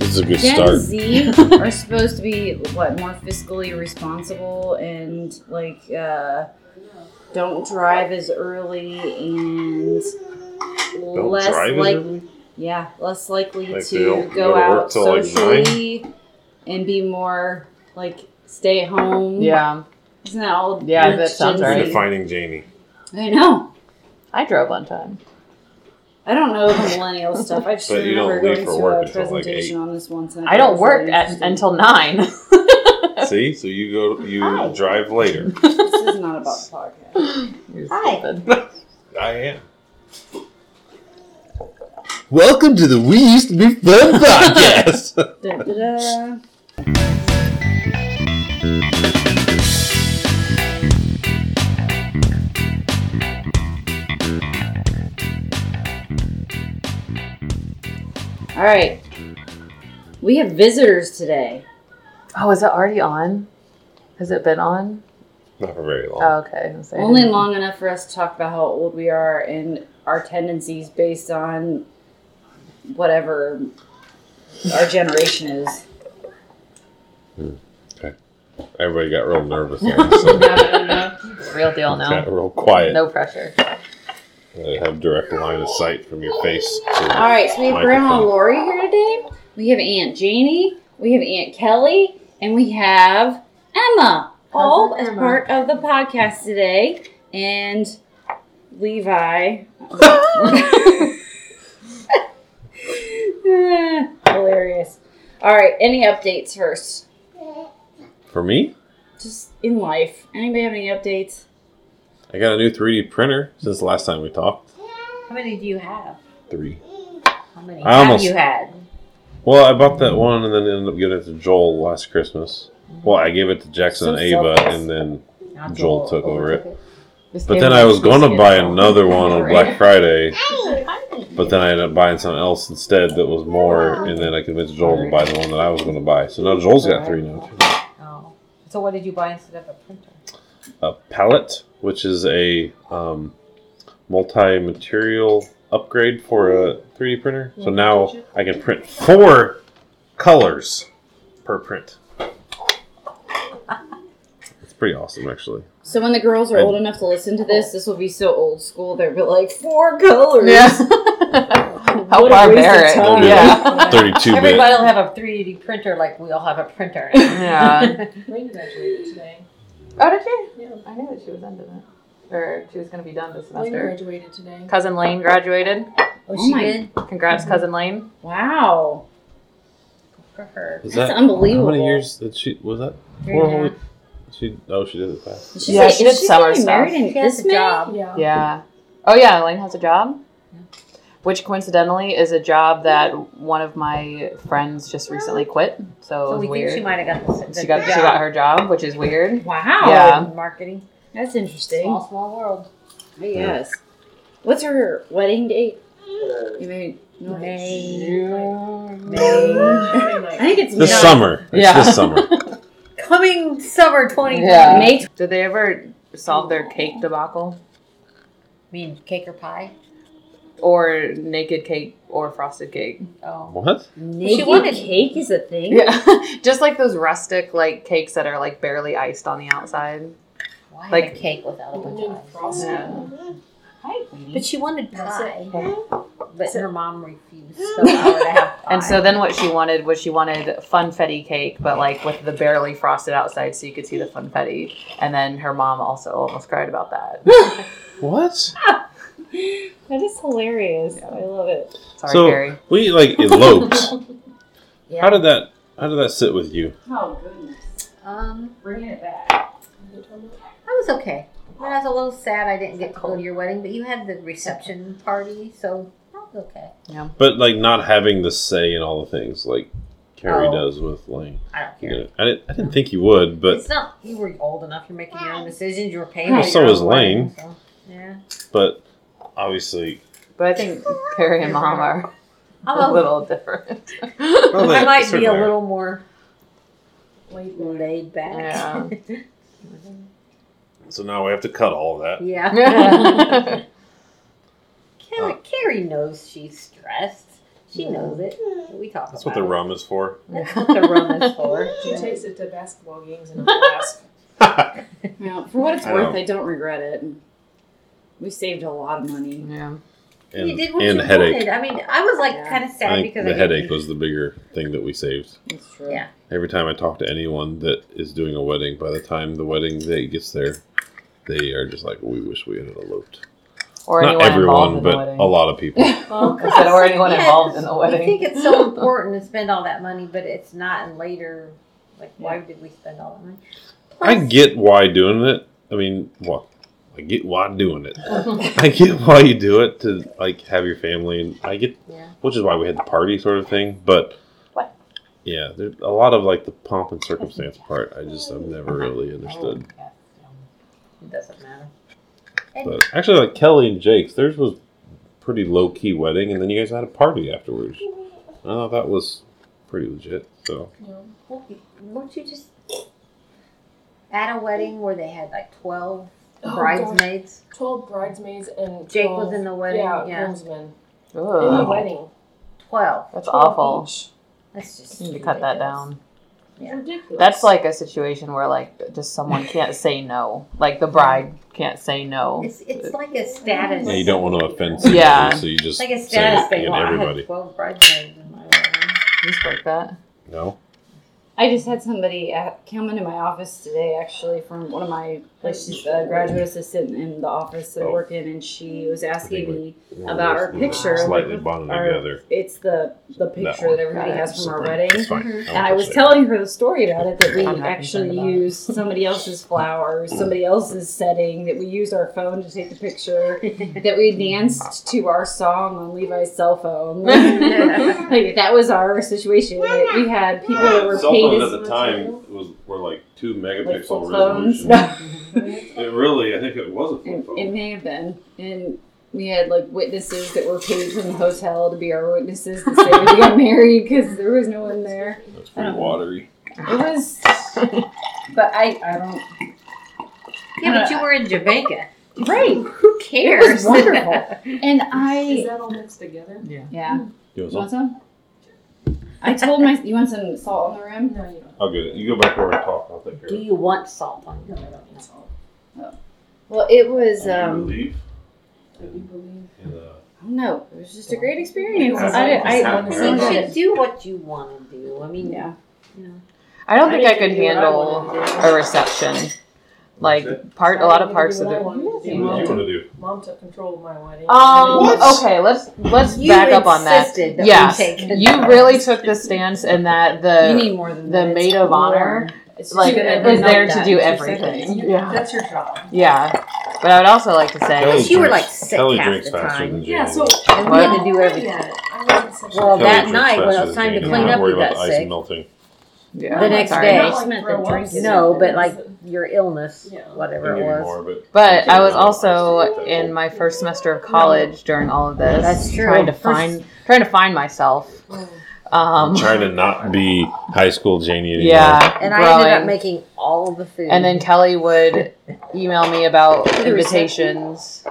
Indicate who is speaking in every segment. Speaker 1: is a good
Speaker 2: Gen
Speaker 1: start.
Speaker 2: Z are supposed to be what more fiscally responsible and like uh, don't drive as early and
Speaker 1: Don't
Speaker 2: less
Speaker 1: drive as
Speaker 2: like
Speaker 1: early?
Speaker 2: yeah less likely
Speaker 1: Like, they
Speaker 2: to
Speaker 1: don't
Speaker 2: go,
Speaker 1: go to work
Speaker 2: out
Speaker 1: till, like,
Speaker 2: socially and be more like stay at home.
Speaker 3: Yeah,
Speaker 2: isn't that all?
Speaker 3: Yeah,
Speaker 2: that's
Speaker 3: that sounds
Speaker 2: Gen Z?
Speaker 3: right.
Speaker 1: Redefining Jamie.
Speaker 2: I know.
Speaker 3: I drove one time.
Speaker 2: I don't know the millennial stuff. I just
Speaker 1: But you don't
Speaker 2: remember
Speaker 1: leave
Speaker 2: going
Speaker 1: for
Speaker 2: to
Speaker 1: work
Speaker 2: a
Speaker 1: until, like,
Speaker 2: presentation on this once. And
Speaker 3: I don't
Speaker 2: thought it was really
Speaker 3: work at,
Speaker 2: interesting.
Speaker 3: until nine.
Speaker 1: See, so you go, you
Speaker 2: Hi.
Speaker 1: drive later.
Speaker 2: This is not about the podcast. Hi.
Speaker 1: I am.
Speaker 4: Welcome to the We Used to Be Fun podcast.
Speaker 2: Da, da, da. All right. We have visitors today.
Speaker 3: Oh, is it already on? Has it been on?
Speaker 1: Not for very long.
Speaker 3: Oh, okay. I'm sorry.
Speaker 2: Only long enough for us to talk about how old we are and our tendencies based on whatever our generation is.
Speaker 5: Oh.
Speaker 1: Everybody got real nervous. all of a sudden.
Speaker 3: Real deal
Speaker 1: Got
Speaker 3: now.
Speaker 1: real quiet.
Speaker 3: No pressure.
Speaker 1: They have direct line of sight from your face.
Speaker 2: All
Speaker 1: To
Speaker 2: right, so we have Grandma
Speaker 1: Microphone.
Speaker 2: Lori here today. We have Aunt Janie. We have Aunt Kelly, and we have Emma, all
Speaker 3: Cousin
Speaker 2: as
Speaker 3: Emma.
Speaker 2: part of the podcast today, and Levi. Hilarious. All right, any updates first?
Speaker 1: for me,
Speaker 2: Just in life. Anybody have any updates?
Speaker 1: I got a new 3D printer since the last time we talked.
Speaker 5: How many do you have?
Speaker 1: Three.
Speaker 5: How many
Speaker 1: I
Speaker 5: have
Speaker 1: almost-
Speaker 5: you had?
Speaker 1: Well, I bought that one and then ended up giving it to Joel last Christmas. Well, I gave it to Jackson
Speaker 2: So
Speaker 1: and Ava,
Speaker 2: selfless.
Speaker 1: and then
Speaker 5: Not
Speaker 1: Joel
Speaker 5: all-
Speaker 1: took over it.
Speaker 3: Oh, This
Speaker 1: But
Speaker 3: game
Speaker 1: then I was going
Speaker 3: supposed
Speaker 1: to
Speaker 3: be
Speaker 1: buy
Speaker 3: on.
Speaker 1: another one on
Speaker 3: Right.
Speaker 1: Black Friday, but then I ended up buying something else instead that was more, and then I convinced Joel to buy the one that I was going to buy. So now Joel's got three now. too.
Speaker 5: Oh. So what did you buy instead of a printer?
Speaker 1: a pallet, which is a um, multi-material upgrade for a 3D printer. So now I can print four colors per print. It's pretty awesome, actually.
Speaker 2: So when the girls are
Speaker 1: I-
Speaker 2: old enough to listen to this, this will be so old school. They'll be like four colors.
Speaker 3: Yeah. Oh, How
Speaker 2: What a waste of
Speaker 3: barbaric.
Speaker 2: time.
Speaker 3: Yeah.
Speaker 1: Thirty-two bit.
Speaker 5: Everybody will have a 3D printer like we all have a printer.
Speaker 3: Yeah.
Speaker 6: Rain graduated today.
Speaker 3: Oh, did she?
Speaker 6: Yeah.
Speaker 3: I knew that she was into that. Or she was going to be done this
Speaker 6: Rain
Speaker 3: semester.
Speaker 6: graduated today.
Speaker 3: Cousin Lane graduated.
Speaker 5: Oh,
Speaker 2: Oh
Speaker 5: she
Speaker 2: my-
Speaker 5: did?
Speaker 3: Congrats, Cousin Lane.
Speaker 2: Wow.
Speaker 5: For her.
Speaker 1: Is
Speaker 2: That's
Speaker 1: that
Speaker 2: unbelievable.
Speaker 1: how many years did she? Was that
Speaker 5: Three
Speaker 1: four?
Speaker 5: and a
Speaker 1: whole-
Speaker 5: half.
Speaker 1: She oh she did it fast.
Speaker 2: She's
Speaker 3: Yeah,
Speaker 2: like,
Speaker 3: she
Speaker 2: is
Speaker 3: did
Speaker 2: she
Speaker 3: summer
Speaker 2: gonna be
Speaker 3: stuff.
Speaker 2: married in
Speaker 5: She has
Speaker 2: this
Speaker 5: a
Speaker 2: many?
Speaker 5: job.
Speaker 6: Yeah.
Speaker 3: Yeah. Oh, yeah, Lane has a job. Which coincidentally is a job that one of my friends just recently quit. So, it
Speaker 5: So
Speaker 3: was
Speaker 5: we
Speaker 3: weird.
Speaker 5: think she might have got the, the,
Speaker 3: she got
Speaker 5: the
Speaker 3: she got
Speaker 5: job.
Speaker 3: her job, which is weird.
Speaker 2: Wow.
Speaker 3: Yeah.
Speaker 5: Marketing.
Speaker 2: That's interesting.
Speaker 5: Small, small world.
Speaker 2: Yes. What's her wedding date? You may, no. May. I think it's
Speaker 1: This
Speaker 2: May.
Speaker 1: summer. It's
Speaker 3: Yeah.
Speaker 1: this summer.
Speaker 5: Coming summer 2020.
Speaker 3: Yeah.
Speaker 2: May. tw-
Speaker 3: Did they ever solve their cake debacle
Speaker 5: I mean, cake or pie?
Speaker 3: or naked cake or frosted cake?
Speaker 5: Oh.
Speaker 1: What?
Speaker 2: Naked
Speaker 5: wanted-
Speaker 2: cake is a thing.
Speaker 3: Yeah, just like those rustic like cakes that are like barely iced on the outside.
Speaker 5: Why have
Speaker 3: Like-
Speaker 5: a cake without a bunch of ice?
Speaker 6: Oh,
Speaker 5: But she wanted pie. But her mom refused to allow her to have pie.
Speaker 3: And so then what she wanted was she wanted funfetti cake, but like with the barely frosted outside so you could see the funfetti. And then her mom also almost cried about that.
Speaker 1: What?
Speaker 2: That is hilarious. I love it.
Speaker 3: Sorry,
Speaker 1: so
Speaker 3: Carrie.
Speaker 1: we like eloped.
Speaker 2: Yeah.
Speaker 1: How did that? How did that sit with you?
Speaker 2: Oh goodness.
Speaker 5: Um,
Speaker 2: Bringing it back.
Speaker 5: I was okay. I, mean, I was a little sad I didn't get to go to your wedding, but you had the reception party, so I was okay.
Speaker 1: But like not having the say in all the things like Carrie
Speaker 5: Oh.
Speaker 1: does with Lane.
Speaker 5: I don't
Speaker 1: You
Speaker 5: care.
Speaker 1: know, I didn't. I didn't think you would, but
Speaker 5: it's not you were old enough. You're making your own decisions. You were paying.
Speaker 1: Well,
Speaker 5: for
Speaker 1: so
Speaker 5: your
Speaker 1: is
Speaker 5: own wedding,
Speaker 1: Lane.
Speaker 5: so, yeah,
Speaker 1: but obviously,
Speaker 3: But I think Carrie and mom are
Speaker 5: I'm
Speaker 3: a
Speaker 5: a
Speaker 3: little different.
Speaker 1: Well,
Speaker 5: I
Speaker 1: Oh, they-
Speaker 5: might be
Speaker 1: certainly
Speaker 5: a
Speaker 1: are.
Speaker 5: little more um, laid back.
Speaker 3: Yeah.
Speaker 1: So now we have to cut all that.
Speaker 5: yeah.
Speaker 3: yeah.
Speaker 5: Carrie, Carrie knows she's stressed. She knows it. We talk
Speaker 1: That's what
Speaker 5: about
Speaker 1: the
Speaker 5: it.
Speaker 1: rum is for.
Speaker 5: That's what the rum is for.
Speaker 6: She takes it to basketball games in a flask.
Speaker 2: Now, for what it's
Speaker 1: I
Speaker 2: worth,
Speaker 1: know.
Speaker 2: I don't regret it. We saved a lot of money.
Speaker 3: Yeah.
Speaker 1: And,
Speaker 5: you did what
Speaker 1: and
Speaker 5: you
Speaker 1: headache.
Speaker 5: wanted. I mean, I was like
Speaker 2: Yeah.
Speaker 5: kind of sad
Speaker 1: I think
Speaker 5: because
Speaker 1: the
Speaker 5: I
Speaker 1: headache was the bigger thing that we saved.
Speaker 2: That's true.
Speaker 5: Yeah.
Speaker 1: Every time I talk to anyone that is doing a wedding, by the time the wedding day gets there, they are just like, "We wish we had eloped."
Speaker 3: Or
Speaker 1: Not
Speaker 3: anyone involved
Speaker 1: everyone,
Speaker 3: in the
Speaker 1: but
Speaker 3: wedding.
Speaker 1: a lot of people.
Speaker 5: Well,
Speaker 3: I said, or anyone involved in the
Speaker 5: I
Speaker 3: wedding.
Speaker 5: think it's so important to spend all that money, but it's not. And later, like, why did we spend all that money?
Speaker 1: I get why doing it. I mean, well, I get why doing it. I get why you do it to like have your family, and I get
Speaker 5: Yeah.
Speaker 1: which is why we had the party sort of thing. But
Speaker 3: What?
Speaker 1: Yeah, there's a lot of like the pomp and circumstance part. I just I've never really understood.
Speaker 5: It doesn't matter.
Speaker 1: But actually, like Kelly and Jake's, theirs was pretty low key wedding, and then you guys had a party afterwards. I thought that was pretty legit. So
Speaker 5: Well, Won't you just at a wedding where they had like twelve
Speaker 6: Oh,
Speaker 5: bridesmaids?
Speaker 6: Twelve bridesmaids and
Speaker 5: Jake
Speaker 6: 12
Speaker 5: was in the wedding, yeah.
Speaker 6: groomsmen in the
Speaker 3: Ugh,
Speaker 6: wedding.
Speaker 5: Twelve.
Speaker 3: that's
Speaker 6: 12
Speaker 3: awful.
Speaker 6: each.
Speaker 5: That's just.
Speaker 3: You need to cut that
Speaker 5: ridiculous.
Speaker 3: down.
Speaker 5: Yeah.
Speaker 6: Ridiculous.
Speaker 3: That's like a situation where like just someone can't say no. Like the bride can't say no.
Speaker 5: It's it's like a status.
Speaker 1: yeah, you don't want to offend.
Speaker 3: Yeah.
Speaker 1: Somebody, So you just
Speaker 5: Like a
Speaker 1: say it
Speaker 5: status thing.
Speaker 1: and
Speaker 5: Well, I had
Speaker 1: everybody.
Speaker 5: twelve bridesmaids in my wedding.
Speaker 3: Just like that.
Speaker 1: No.
Speaker 2: I just had somebody uh, come into my office today, actually, from one of my like she's a graduate assistant in the office that I
Speaker 1: Oh.
Speaker 2: work in, and she was asking
Speaker 1: we-
Speaker 2: me about our picture.
Speaker 1: Slightly bonded
Speaker 2: our-
Speaker 1: together.
Speaker 2: It's the the
Speaker 1: That
Speaker 2: picture that,
Speaker 1: one.
Speaker 2: everybody
Speaker 3: Got it.
Speaker 2: has from our
Speaker 1: Something.
Speaker 2: wedding. Mm-hmm.
Speaker 1: It's fine.
Speaker 2: And I was
Speaker 1: say it.
Speaker 2: telling her the story about it that we
Speaker 3: I'm not
Speaker 2: actually
Speaker 3: concerned about it.
Speaker 2: used somebody else's flowers,
Speaker 1: Mm.
Speaker 2: somebody else's setting, that we used our phone to take the picture, that we danced to our song on Levi's cell phone. like that was our situation. that We had people that were
Speaker 1: Cell
Speaker 2: paid
Speaker 1: phones
Speaker 2: as
Speaker 1: at the time was were like two
Speaker 2: like,
Speaker 1: megapixel
Speaker 2: flip phones.
Speaker 1: resolution. it really, I think it was a flip
Speaker 2: it,
Speaker 1: phone.
Speaker 2: it may have been. And we had like witnesses that were paid from the hotel to be our witnesses to say we got married because there was no one there.
Speaker 1: That's
Speaker 2: pretty
Speaker 1: pretty watery.
Speaker 2: It was, but I, I don't.
Speaker 5: Yeah, but you were in Jamaica.
Speaker 2: Right,
Speaker 5: Who cares?
Speaker 2: wonderful. and
Speaker 6: Is
Speaker 2: I.
Speaker 6: that all mixed together?
Speaker 2: Yeah. You want some? I told my. You want some salt on the rim?
Speaker 6: No, you don't.
Speaker 1: I'll get it. You go back over and talk. I'll take care
Speaker 5: Do
Speaker 1: of it.
Speaker 5: you want salt on
Speaker 6: No,
Speaker 5: your
Speaker 6: I don't need salt.
Speaker 2: Well, it was.
Speaker 1: Can you
Speaker 2: Um,
Speaker 1: leave?
Speaker 6: I do believe.
Speaker 1: And, uh,
Speaker 2: I don't know. It was just a great experience.
Speaker 1: Yeah.
Speaker 2: I, did, I
Speaker 1: Yeah.
Speaker 2: honestly
Speaker 5: You
Speaker 1: Yeah.
Speaker 5: should
Speaker 2: did.
Speaker 5: do what you want to do. I mean,
Speaker 2: Yeah.
Speaker 3: I don't think I,
Speaker 6: didn't
Speaker 3: could
Speaker 6: do what I
Speaker 3: handle
Speaker 6: wanted to do.
Speaker 3: a reception.
Speaker 1: That's Mm-hmm.
Speaker 3: Like part, a lot of parts of
Speaker 6: I
Speaker 3: the.
Speaker 6: wanted to do.
Speaker 1: What do you want to do?
Speaker 6: Mom took control of my wedding.
Speaker 3: Um.
Speaker 7: What?
Speaker 3: Okay. Let's let's back up on that.
Speaker 5: insisted we
Speaker 3: Yes,
Speaker 5: take it.
Speaker 3: you really took the stance and that
Speaker 2: You
Speaker 3: the
Speaker 2: need more than
Speaker 3: the
Speaker 2: that.
Speaker 3: maid of honor
Speaker 2: It's
Speaker 3: like
Speaker 2: just
Speaker 3: is
Speaker 2: gonna be
Speaker 3: there
Speaker 2: like
Speaker 3: to
Speaker 2: that.
Speaker 3: do
Speaker 2: It's just
Speaker 3: everything.
Speaker 2: like-
Speaker 3: Yeah.
Speaker 6: That's your job.
Speaker 3: Yeah. But I would also like to say,
Speaker 5: you were, like, sick half the time.
Speaker 1: than
Speaker 6: Yeah,
Speaker 1: Jamie.
Speaker 6: so
Speaker 5: And we had to do
Speaker 6: I
Speaker 5: everything.
Speaker 6: wasn't such a-
Speaker 5: Well,
Speaker 1: Kelly
Speaker 5: that
Speaker 1: drinks
Speaker 5: night when it
Speaker 1: faster
Speaker 5: was
Speaker 1: than
Speaker 5: time to
Speaker 1: Jamie.
Speaker 5: clean
Speaker 1: Don't
Speaker 5: up,
Speaker 1: worry
Speaker 5: you
Speaker 1: about
Speaker 5: got
Speaker 1: the ice and
Speaker 5: sick.
Speaker 1: melting.
Speaker 3: yeah,
Speaker 5: The next
Speaker 3: sorry.
Speaker 5: day.
Speaker 6: Not like
Speaker 5: Smith
Speaker 6: throw
Speaker 5: and
Speaker 6: up
Speaker 5: drink.
Speaker 6: and
Speaker 5: No,
Speaker 6: stuff.
Speaker 5: but like your illness,
Speaker 6: Yeah.
Speaker 5: whatever
Speaker 1: Give
Speaker 5: it
Speaker 1: you
Speaker 5: was.
Speaker 1: more, but-
Speaker 3: But I was also in my first semester of college during all of this.
Speaker 5: That's true.
Speaker 3: Trying to
Speaker 5: First- Oh.
Speaker 3: find trying to find myself. Um,
Speaker 1: trying to not be high school Janie anymore.
Speaker 3: yeah,
Speaker 5: And I ended
Speaker 3: growing.
Speaker 5: up making all the food.
Speaker 3: and then Kelly would email me about
Speaker 2: the
Speaker 3: invitations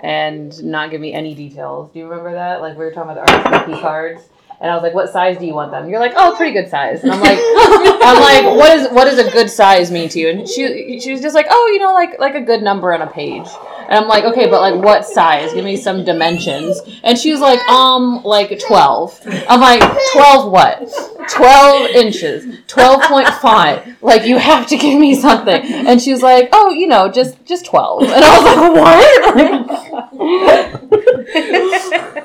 Speaker 3: and not give me any details. Do you remember that? Like we were talking about the RSVP cards. And I was like, "What size do you want them?" You're like, "Oh, pretty good size." And I'm like, "I'm like, what is what does a good size mean to you?" And she she was just like, "Oh, you know, like like a good number on a page." And I'm like, "Okay, but like what size? Give me some dimensions." And she was like, "Um, like 12." I'm like, "12 what? 12 inches, 12.5. Like you have to give me something." And she was like, "Oh, you know, just just 12." And I was like, "What?"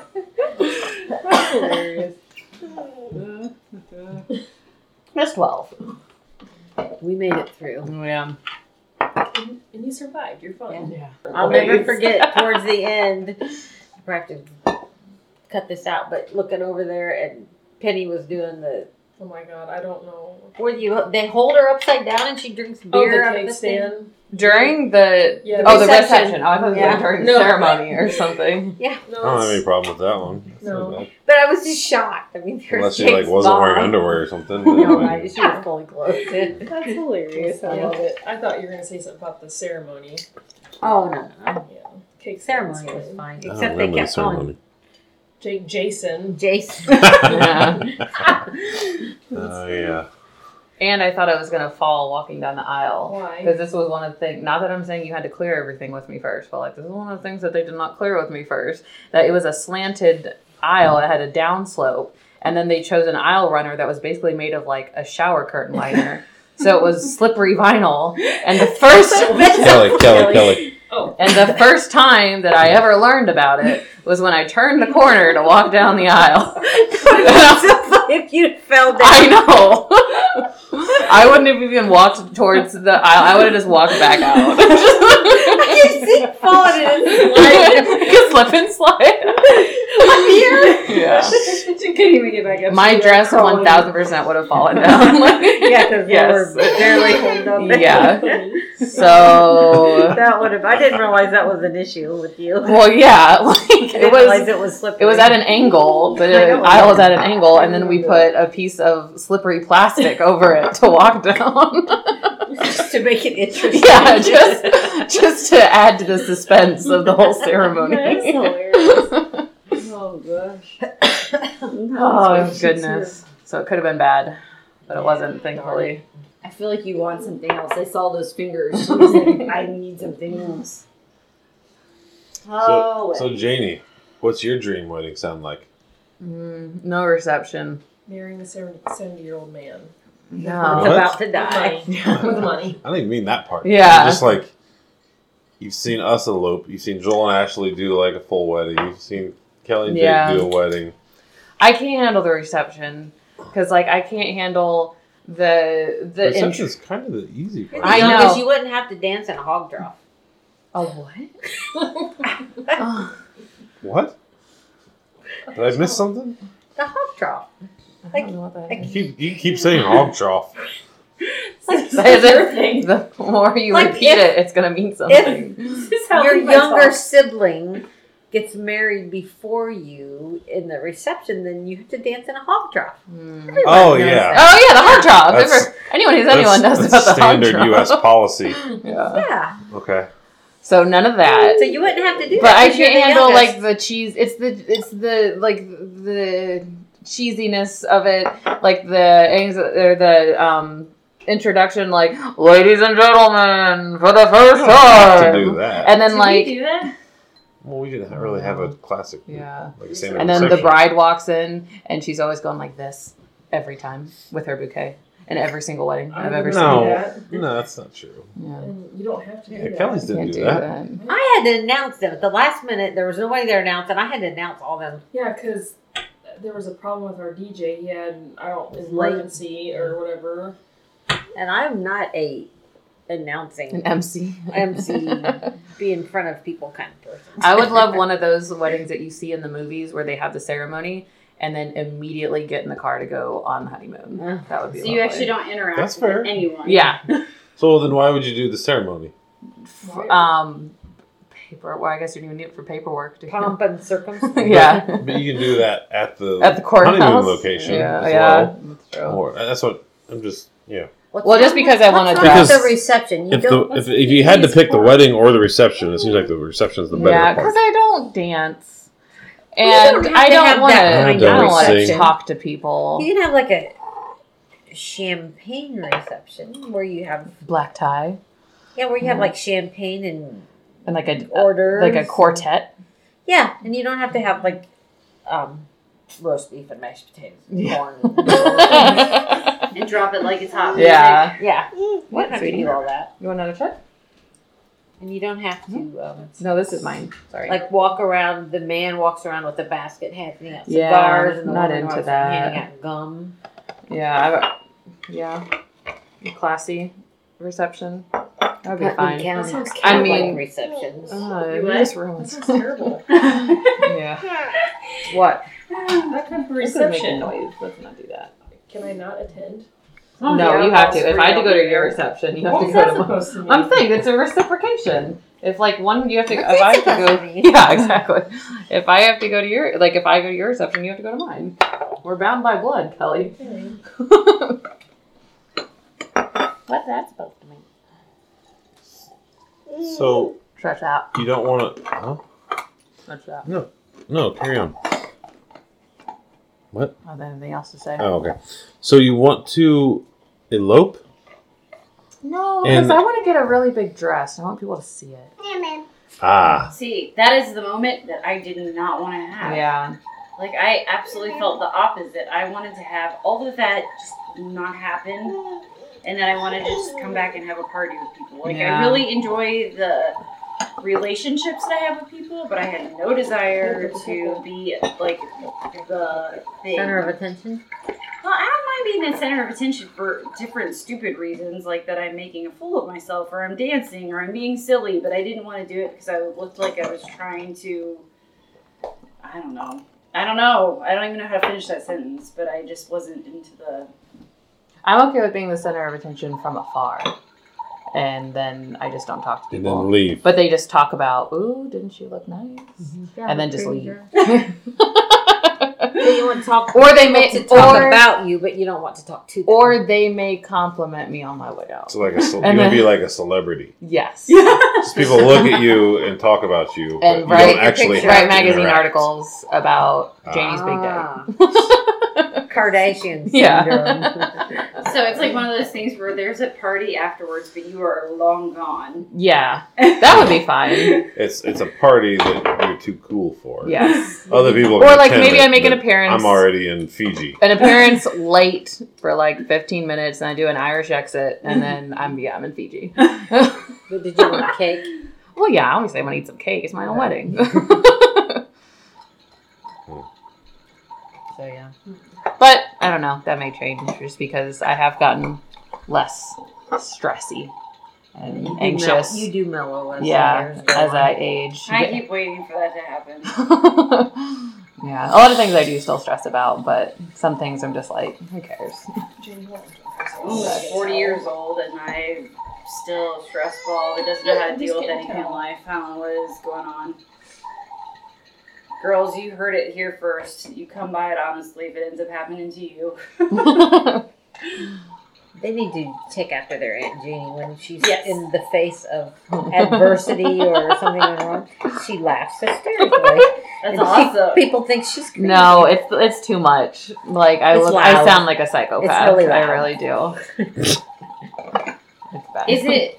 Speaker 3: That's 12.
Speaker 5: we made it through.
Speaker 3: Yeah.
Speaker 6: And you survived. You're fine.
Speaker 5: I'll never forget towards the end. I have to cut this out, but looking over there and Penny was doing the
Speaker 6: Oh my god, I don't know.
Speaker 5: where you they hold her upside down and she drinks beer
Speaker 6: oh,
Speaker 5: out
Speaker 6: the
Speaker 5: of
Speaker 6: cake
Speaker 5: the stand.
Speaker 6: stand.
Speaker 3: During the
Speaker 6: Yeah,
Speaker 3: oh the
Speaker 5: reception.
Speaker 3: reception. Oh, I thought it was
Speaker 5: Yeah.
Speaker 3: like during
Speaker 6: No.
Speaker 3: the ceremony or something.
Speaker 6: No,
Speaker 1: I don't have any
Speaker 6: it's-
Speaker 1: problem with that one.
Speaker 6: No.
Speaker 5: But I was just shocked. I mean, there
Speaker 1: Unless
Speaker 5: was
Speaker 1: she like
Speaker 5: Jake's
Speaker 1: wasn't wearing
Speaker 5: mom.
Speaker 1: underwear or something.
Speaker 5: No, right. She was fully clothed.
Speaker 2: That's hilarious.
Speaker 6: I love it. I thought you were gonna say something about the ceremony.
Speaker 5: oh no, no, no.
Speaker 6: Yeah, cake
Speaker 5: ceremony was
Speaker 6: stands.
Speaker 5: fine.
Speaker 1: I don't
Speaker 5: Except they
Speaker 1: remember the
Speaker 5: kept going.
Speaker 1: Oh, ceremony.
Speaker 6: Jake Jason.
Speaker 5: Jason.
Speaker 1: Oh yeah.
Speaker 3: And I thought I was gonna fall walking down the aisle.
Speaker 6: Why?
Speaker 3: Because this was one of the things, not that I'm saying you had to clear everything with me first, but like this is one of the things that they did not clear with me first. That it was a slanted aisle, it had a downslope, and then they chose an aisle runner that was basically made of like a shower curtain liner. so it was slippery vinyl. And the first
Speaker 1: Kelly, Kelly, Kelly.
Speaker 6: Oh,
Speaker 3: and the first time that I ever learned about it was when I turned the corner to walk down the aisle.
Speaker 5: if you fell down.
Speaker 3: I know. I wouldn't have even walked towards the aisle. I would have just walked back out.
Speaker 5: you see falling and it's like,
Speaker 3: Just slip and slide. Yeah.
Speaker 8: she couldn't even get back up.
Speaker 3: My
Speaker 8: She was
Speaker 3: dress
Speaker 8: crawling.
Speaker 3: one thousand percent would have fallen down.
Speaker 5: yeah,
Speaker 3: Yes.
Speaker 5: because yes. were barely holding on there.
Speaker 3: Yeah. so
Speaker 5: That would have. I didn't realize that was an issue with you.
Speaker 3: well, yeah, like
Speaker 5: I
Speaker 3: it
Speaker 5: didn't realize
Speaker 3: was.
Speaker 5: it was slippery.
Speaker 3: It was at an angle. The
Speaker 5: I know.
Speaker 3: aisle was at an angle, and then we put a piece of slippery plastic over it to walk down.
Speaker 5: just to make it interesting.
Speaker 3: yeah, just just to add to the suspense of the whole ceremony.
Speaker 6: that's hilarious.
Speaker 8: Oh gosh.
Speaker 3: Oh goodness! So it could have been bad, but it wasn't, thankfully.
Speaker 8: I feel like you want something else. I saw those fingers. She was like, I need something else.
Speaker 1: So, so Janie, what's your dream wedding sound like?
Speaker 3: Mm, no reception.
Speaker 6: Marrying a seventy-year-old man
Speaker 5: It's
Speaker 1: What?
Speaker 3: No.
Speaker 5: about to
Speaker 6: with
Speaker 5: die.
Speaker 6: money. With money.
Speaker 1: I don't even mean that part.
Speaker 3: Yeah.
Speaker 1: I'm just like you've seen us elope, you've seen Joel and Ashley do like a full wedding, you've seen Kelly and Jake
Speaker 3: Yeah.
Speaker 1: do a wedding.
Speaker 3: I can't handle the reception because, like, I can't handle the the intro.
Speaker 1: Reception's kind of the easy part.
Speaker 3: I know.
Speaker 5: Because you wouldn't have to dance in a hog draw.
Speaker 3: Oh what? oh,
Speaker 1: What? Did I miss something?
Speaker 5: The hog draw.
Speaker 3: I don't know what that
Speaker 1: You
Speaker 3: is.
Speaker 1: keep, you keep saying hog trough.
Speaker 3: Say it. The more you
Speaker 5: Like,
Speaker 3: repeat
Speaker 5: if-
Speaker 3: it, it's gonna mean something.
Speaker 5: Your younger sibling gets married before you in the reception, then you have to dance in a hog draw.
Speaker 3: Hmm.
Speaker 5: Everyone
Speaker 1: Oh,
Speaker 5: knows
Speaker 1: yeah.
Speaker 5: that.
Speaker 3: Oh yeah, the hard drop.
Speaker 1: That's-
Speaker 3: Ever- anyone who's anyone
Speaker 1: That's-
Speaker 3: knows
Speaker 1: that's
Speaker 3: about the hard
Speaker 1: standard
Speaker 3: drop.
Speaker 1: U.S. policy.
Speaker 3: Yeah.
Speaker 5: Oh, Yeah.
Speaker 1: Okay.
Speaker 3: So none of that.
Speaker 5: So you wouldn't have to do
Speaker 3: But
Speaker 5: that.
Speaker 3: I
Speaker 5: 'cause you're
Speaker 3: can't
Speaker 5: the
Speaker 3: handle
Speaker 5: youngest.
Speaker 3: like the cheese. It's the it's the like the cheesiness of it, like the anx- or the um introduction, like ladies and gentlemen for the
Speaker 1: You
Speaker 3: first
Speaker 1: don't have to do
Speaker 3: time,
Speaker 1: that.
Speaker 3: and then like
Speaker 8: do that?
Speaker 1: well, we didn't really have a classic.
Speaker 3: yeah,
Speaker 1: Like standard
Speaker 3: and then the
Speaker 1: reception.
Speaker 3: bride walks in and she's always going like this every time with her bouquet. In every single wedding I've ever
Speaker 1: No.
Speaker 6: do that.
Speaker 1: No, that's not true.
Speaker 3: seen. Yeah.
Speaker 6: And you don't have to do
Speaker 1: Yeah,
Speaker 6: that.
Speaker 1: Kelly's didn't
Speaker 3: Can't
Speaker 1: do,
Speaker 3: do
Speaker 1: that.
Speaker 3: that.
Speaker 5: I had to announce them at the last minute. There was nobody there to announce, and I had to announce all them.
Speaker 6: Yeah, because there was a problem with our DJ. He had I don't
Speaker 5: Late.
Speaker 6: emergency or whatever.
Speaker 5: And I'm not a announcing,
Speaker 3: An MC.
Speaker 5: MC, be in front of people kind of person.
Speaker 3: I would love one of those weddings that you see in the movies where they have the ceremony and then immediately get in the car to go on the honeymoon.
Speaker 5: Uh,
Speaker 3: That would be.
Speaker 8: So you actually don't interact
Speaker 1: That's
Speaker 8: with
Speaker 1: fair.
Speaker 8: anyone.
Speaker 3: Yeah.
Speaker 1: So then, why would you do the ceremony?
Speaker 3: F- Um, paper. Well, I guess you don't even need it for paperwork. Do you?
Speaker 5: Pomp and circumstance.
Speaker 3: yeah.
Speaker 1: But you can do that at the
Speaker 3: At the
Speaker 1: honeymoon
Speaker 3: courthouse.
Speaker 1: location.
Speaker 3: Yeah.
Speaker 1: as
Speaker 3: Yeah. That's true.
Speaker 1: Well. Or uh, that's what I'm just. Yeah.
Speaker 5: What's
Speaker 3: Well, just
Speaker 5: wrong
Speaker 3: because
Speaker 5: with-
Speaker 3: I wanna
Speaker 5: what's wrong with
Speaker 1: Because
Speaker 5: the reception, you
Speaker 1: If
Speaker 5: don't.
Speaker 1: the if, if you had to pick the wedding or the reception, it seems like the reception's the better
Speaker 3: yeah, because
Speaker 1: part.
Speaker 3: I don't dance,
Speaker 5: Well, you don't
Speaker 3: and
Speaker 5: have
Speaker 3: I
Speaker 5: to
Speaker 3: don't
Speaker 5: have
Speaker 3: want to.
Speaker 5: that
Speaker 1: kind
Speaker 3: I
Speaker 1: of
Speaker 3: don't want to
Speaker 1: reception.
Speaker 3: talk to people.
Speaker 5: you can have like a champagne reception where you have
Speaker 3: Black tie
Speaker 5: yeah, where you have
Speaker 3: Yeah.
Speaker 5: like champagne and
Speaker 3: and like a
Speaker 5: orders,
Speaker 3: like a quartet.
Speaker 5: Yeah, and you don't have to have like um, roast beef and mashed potatoes, and
Speaker 3: Yeah.
Speaker 5: corn. and-
Speaker 3: yeah.
Speaker 8: And drop it like it's hot.
Speaker 5: yeah, you
Speaker 3: What,
Speaker 5: don't have to
Speaker 3: sweetie?
Speaker 5: do all that,
Speaker 3: You want another check?
Speaker 5: and you don't have to um,
Speaker 3: No, this is mine. Sorry.
Speaker 5: like walk around. The man walks around with a basket handing out
Speaker 3: Yeah,
Speaker 5: cigars, and the
Speaker 3: not
Speaker 5: woman
Speaker 3: into
Speaker 5: walks
Speaker 3: that.
Speaker 5: around handing out gum.
Speaker 3: Yeah, I, yeah, classy reception. That would be
Speaker 5: Putnam
Speaker 3: fine.
Speaker 5: County
Speaker 6: That sounds
Speaker 5: Cowboy
Speaker 3: I mean-
Speaker 5: receptions.
Speaker 3: Uh,
Speaker 8: You
Speaker 3: you
Speaker 8: what?
Speaker 3: just
Speaker 6: That
Speaker 3: ruined.
Speaker 6: sounds terrible.
Speaker 3: yeah. What?
Speaker 6: that kind of
Speaker 3: Making
Speaker 6: reception.
Speaker 3: noise. Let's not do that.
Speaker 6: Can I not attend?
Speaker 3: no,
Speaker 6: Oh, yeah,
Speaker 3: you have
Speaker 6: I'll
Speaker 3: to. If
Speaker 6: scream
Speaker 3: I had to
Speaker 6: out
Speaker 3: go to
Speaker 6: there.
Speaker 3: your reception, you have
Speaker 6: What
Speaker 3: to
Speaker 6: was
Speaker 3: go
Speaker 6: that
Speaker 3: to mine.
Speaker 6: supposed to mean?
Speaker 3: I'm saying it's a reciprocation. If like one, you have to. If
Speaker 5: What's
Speaker 3: I have
Speaker 5: that
Speaker 3: to
Speaker 5: supposed
Speaker 3: go,
Speaker 5: to mean?
Speaker 3: yeah, exactly. If I have to go to your, like, if I go to your reception, you have to go to mine. We're bound by blood, Kelly.
Speaker 6: Okay.
Speaker 3: What's that supposed to mean?
Speaker 1: So
Speaker 3: Stretch out.
Speaker 1: you don't want to. Huh?
Speaker 3: Stretch out.
Speaker 1: No, carry on. What?
Speaker 3: I don't have anything else to say.
Speaker 1: Oh, okay. So you want to elope?
Speaker 3: No,
Speaker 1: Oh, And-
Speaker 3: because I want to get a really big dress. and I want people to see it.
Speaker 1: Ah.
Speaker 2: See, that is the moment that I did not want to have.
Speaker 3: Yeah.
Speaker 2: Like I absolutely felt the opposite. I wanted to have all of that just not happen, and then I wanted to just come back and have a party with people. Like
Speaker 3: Yeah.
Speaker 2: I really enjoy the relationships that I have with people, but I had no desire to be like the thing.
Speaker 5: Center of attention.
Speaker 2: Well, I don't mind being the center of attention for different stupid reasons, like that I'm making a fool of myself, or I'm dancing, or I'm being silly, but I didn't want to do it because I looked like I was trying to. I don't know. I don't know. I don't even know how to finish that sentence, but I just wasn't into the.
Speaker 3: I'm okay with being the center of attention from afar. And then I just don't talk to
Speaker 1: And
Speaker 3: people.
Speaker 1: then leave.
Speaker 3: but they just talk about, ooh, didn't she look nice? And then just leave.
Speaker 5: So you want to talk,
Speaker 3: Or they
Speaker 5: you
Speaker 3: may-
Speaker 5: want to talk
Speaker 3: or-
Speaker 5: about you, but you don't want to talk to. them.
Speaker 3: or they may compliment me on my way out.
Speaker 1: So like a ce- you
Speaker 3: And
Speaker 1: want
Speaker 3: then-
Speaker 1: to be like a celebrity.
Speaker 3: Yes.
Speaker 1: Just people look at you and talk about you, but
Speaker 3: And
Speaker 1: you
Speaker 3: write-
Speaker 1: don't actually have
Speaker 3: Write
Speaker 1: to
Speaker 3: magazine
Speaker 1: interact.
Speaker 3: articles about
Speaker 1: Ah.
Speaker 3: Janie's big day.
Speaker 5: Ah. Kardashian syndrome.
Speaker 3: Yeah.
Speaker 2: So it's like one of those things where there's a party afterwards, but you are long gone.
Speaker 3: Yeah. That would be fine.
Speaker 1: It's it's a party that you're too cool for.
Speaker 3: Yes.
Speaker 1: Other people.
Speaker 3: Or
Speaker 1: can
Speaker 3: like
Speaker 1: attend
Speaker 3: maybe
Speaker 1: it,
Speaker 3: I make an
Speaker 1: but
Speaker 3: appearance.
Speaker 1: I'm already in Fiji.
Speaker 3: an appearance late for like 15 minutes and I do an Irish exit and then I'm yeah, I'm in Fiji. well,
Speaker 5: but did you want cake?
Speaker 3: yeah, obviously I'm gonna eat some cake. It's my own wedding. so yeah, but I don't know. That may change just because I have gotten less stressy and
Speaker 5: You do
Speaker 3: anxious.
Speaker 5: mel- You do mellow as
Speaker 3: yeah,
Speaker 5: the years go
Speaker 3: as
Speaker 5: on.
Speaker 3: I age.
Speaker 2: I keep waiting for that to happen.
Speaker 3: yeah, a lot of things I do still stress about, but some things I'm just like, who cares?
Speaker 6: Jane, what?
Speaker 2: I'm
Speaker 6: Oh,
Speaker 2: 40 years old and I'm still stress ball that doesn't know how to deal with anything in life. I don't know what is going on. Girls, you heard it here first. You come by it honestly if it ends up happening to you.
Speaker 5: They need to take after their Aunt Jeannie when she's
Speaker 2: Yes.
Speaker 5: in the face of adversity or something wrong. She laughs hysterically.
Speaker 2: That's
Speaker 5: And pe-
Speaker 2: awesome.
Speaker 5: People think she's crazy.
Speaker 3: No, it's it's too much. Like I
Speaker 5: It's
Speaker 3: look, I
Speaker 5: loud.
Speaker 3: sound like a psychopath.
Speaker 5: really
Speaker 3: I
Speaker 5: loud.
Speaker 3: really do. it's bad.
Speaker 2: Is it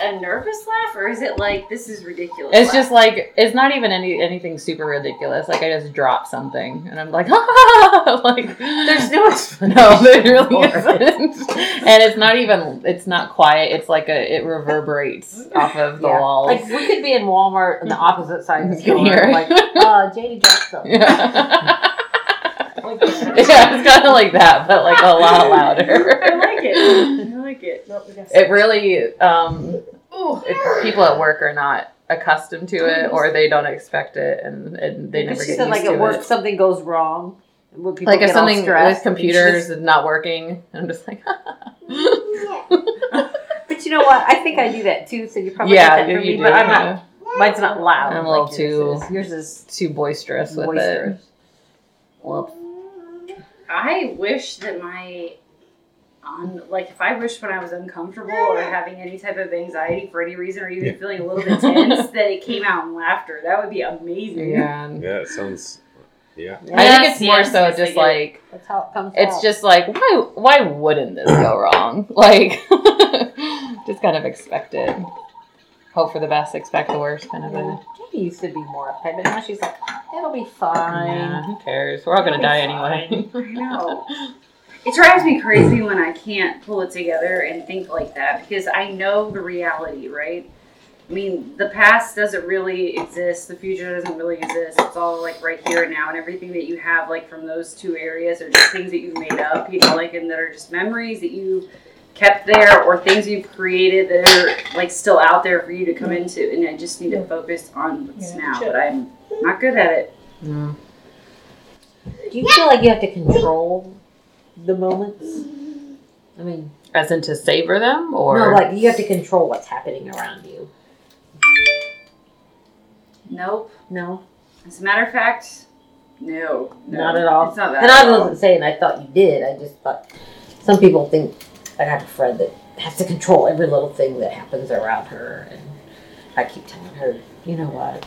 Speaker 2: a nervous laugh or is it like this is ridiculous?
Speaker 3: It's
Speaker 2: laugh?
Speaker 3: just like it's not even any anything super ridiculous. Like I just drop something and I'm like, ah! like
Speaker 5: There's no explanation.
Speaker 3: no, there really
Speaker 5: for it.
Speaker 3: isn't. And it's not even it's not quiet. It's like a it reverberates off of the
Speaker 5: Yeah.
Speaker 3: walls.
Speaker 5: Like we could be in Walmart on the opposite side of the
Speaker 3: You can
Speaker 5: store.
Speaker 3: hear it.
Speaker 5: Like, uh, Janie dropped something.
Speaker 3: yeah.
Speaker 5: Like,
Speaker 3: yeah, it's kind of like that, but like a lot louder.
Speaker 2: I like it. I like it.
Speaker 6: Nope, we got
Speaker 3: It really um,
Speaker 6: Ooh.
Speaker 3: if people at work are not accustomed to it or they don't expect it and, and they never
Speaker 5: she
Speaker 3: get
Speaker 5: said,
Speaker 3: used
Speaker 5: like
Speaker 3: to
Speaker 5: at work
Speaker 3: it.
Speaker 5: something goes wrong. When people
Speaker 3: Like if
Speaker 5: get all
Speaker 3: something
Speaker 5: stressed,
Speaker 3: with
Speaker 5: and she
Speaker 3: computers
Speaker 5: just-
Speaker 3: is not working, I'm just like,
Speaker 5: but you know what? I think I do that too. So you probably
Speaker 3: yeah,
Speaker 5: get that
Speaker 3: you,
Speaker 5: from me,
Speaker 3: do.
Speaker 5: but I'm not. Mine's not loud.
Speaker 3: I'm a little
Speaker 5: like
Speaker 3: too-
Speaker 5: yours is. Yours is
Speaker 3: Too boisterous with
Speaker 5: boisterous.
Speaker 3: it. Well,
Speaker 2: I wish that my on Um, like if I wish when I was uncomfortable or having any type of anxiety for any reason or even feeling a little bit tense that it came out in laughter. That would be amazing.
Speaker 3: yeah.
Speaker 1: Yeah, it sounds. Yeah.
Speaker 3: I think
Speaker 2: Yes,
Speaker 3: it's more
Speaker 2: yes,
Speaker 3: so
Speaker 2: yes, I
Speaker 3: just
Speaker 2: get it.
Speaker 3: like
Speaker 5: That's how it comes.
Speaker 3: it's
Speaker 5: out.
Speaker 3: just like why why wouldn't this go wrong? Like just kind of expect it. Hope for the best, expect the worst kind of a
Speaker 5: Janie used to be more uptight, but now she's like, it'll be fine.
Speaker 3: Yeah, who cares? We're all gonna die anyway.
Speaker 2: I know. It drives me crazy when I can't pull it together and think like that because I know the reality, right? I mean, the past doesn't really exist, the future doesn't really exist. It's all like right here and now, and everything that you have, like from those two areas, are just things that you've made up, you know, like, and that are just memories that you kept there or things you've created that are like still out there for you to come into. And I just need to focus on what's
Speaker 6: Yeah,
Speaker 2: now,
Speaker 6: sure.
Speaker 2: but I'm not good at it.
Speaker 3: Mm.
Speaker 5: Do you feel like you have to control the moments? I mean,
Speaker 3: As in to savor them or
Speaker 5: no, like you have to control what's happening around you.
Speaker 2: Nope.
Speaker 5: No,
Speaker 2: As a matter of fact, no, no.
Speaker 5: Not at all.
Speaker 2: It's not that.
Speaker 5: and
Speaker 2: at
Speaker 5: I
Speaker 2: all.
Speaker 5: wasn't saying I thought you did. I just thought some people think I have a friend that has to control every little thing that happens around her, and I keep telling her, you know what,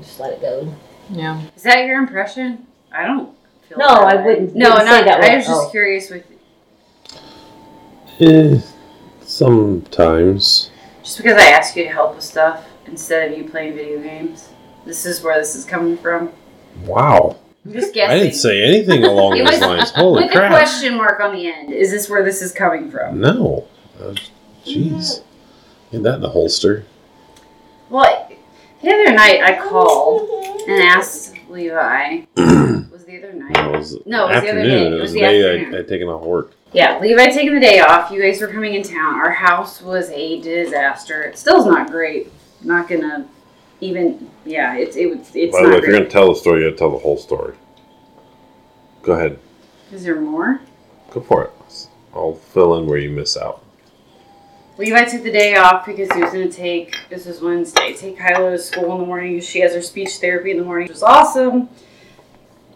Speaker 5: just let it go.
Speaker 3: Yeah.
Speaker 2: Is that your impression? I don't feel
Speaker 5: No,
Speaker 2: that
Speaker 5: I
Speaker 2: way.
Speaker 5: wouldn't-
Speaker 2: No,
Speaker 5: wouldn't say
Speaker 2: not
Speaker 5: that
Speaker 2: I
Speaker 5: way.
Speaker 2: was just
Speaker 5: Oh.
Speaker 2: curious with
Speaker 1: Eh, sometimes.
Speaker 2: just because I ask you to help with stuff instead of you playing video games. This is where this is coming from.
Speaker 1: Wow.
Speaker 2: I'm just
Speaker 1: I
Speaker 2: guessing.
Speaker 1: didn't say anything along
Speaker 2: It
Speaker 1: those
Speaker 2: was-
Speaker 1: lines. Holy
Speaker 2: with a
Speaker 1: crap.
Speaker 2: question mark on the end. Is this where this is coming from?
Speaker 1: No. Uh, Jeez. Get that in the holster.
Speaker 2: Well, the other night I called and asked Levi. was the other night?
Speaker 1: No, it was
Speaker 2: No, it was the other
Speaker 1: afternoon.
Speaker 2: day.
Speaker 1: It was the day
Speaker 2: afternoon.
Speaker 1: I, I'd taken off work.
Speaker 2: Yeah, Levi taking the day off. You guys were coming in town. Our house was a disaster. It still's not great. Not gonna even. Yeah, it's it was it's
Speaker 1: By the way, if
Speaker 2: not
Speaker 1: you're
Speaker 2: great.
Speaker 1: going to tell the story, you got to tell the whole story. Go ahead.
Speaker 2: Is there more?
Speaker 1: Go for it. I'll fill in where you miss out.
Speaker 2: Levi took the day off because he was gonna take. This was Wednesday. Take Kyla to school in the morning. She has her speech therapy in the morning, which was awesome.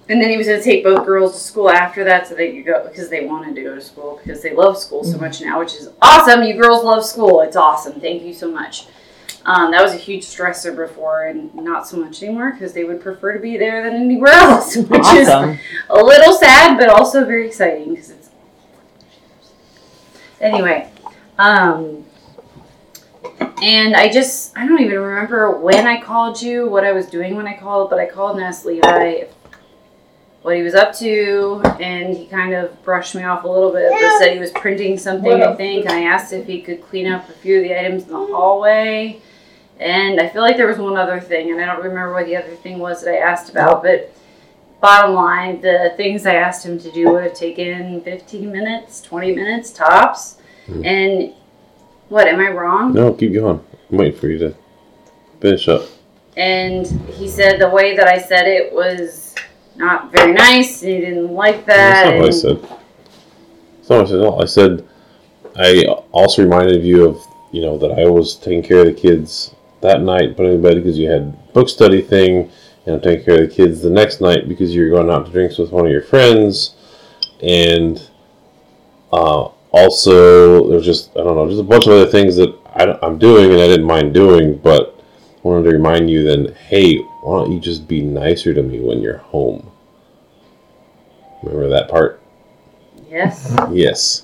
Speaker 2: And then he was gonna take both girls to school after that, so they could go because they wanted to go to school because they love school so much now, which is awesome. You girls love school. It's awesome. Thank you so much. Um, that was a huge stressor before, and not so much anymore because they would prefer to be there than anywhere else, which is
Speaker 3: Awesome.
Speaker 2: a little sad, but also very exciting because it's. Anyway, um, and I just I don't even remember when I called you, what I was doing when I called, but I called and asked Levi what he was up to, and he kind of brushed me off a little bit, but said he was printing something, I think, and I asked if he could clean up a few of the items in the hallway. And I feel like there was one other thing, and I don't remember what the other thing was that I asked about, but Bottom line, the things I asked him to do would have taken 15 minutes, 20 minutes tops.
Speaker 1: Hmm.
Speaker 2: And what, am I wrong?
Speaker 1: No, keep going. I'm waiting for you to finish up.
Speaker 2: And he said the way that I said it was not very nice and he didn't like
Speaker 1: That's not
Speaker 2: that.
Speaker 1: what I
Speaker 2: and-
Speaker 1: said. That's not what I said at all. I said I also reminded you of you know that I was taking care of the kids that night, putting in bed because you had book study thing, and I'm taking care of the kids the next night because you were going out to drinks with one of your friends, and uh, also there's just I don't know, just a bunch of other things that I, don't- I'm doing and I didn't mind doing, but wanted to remind you then, hey, why don't you just be nicer to me when you're home? Remember that part?
Speaker 2: Yes.
Speaker 1: Yes.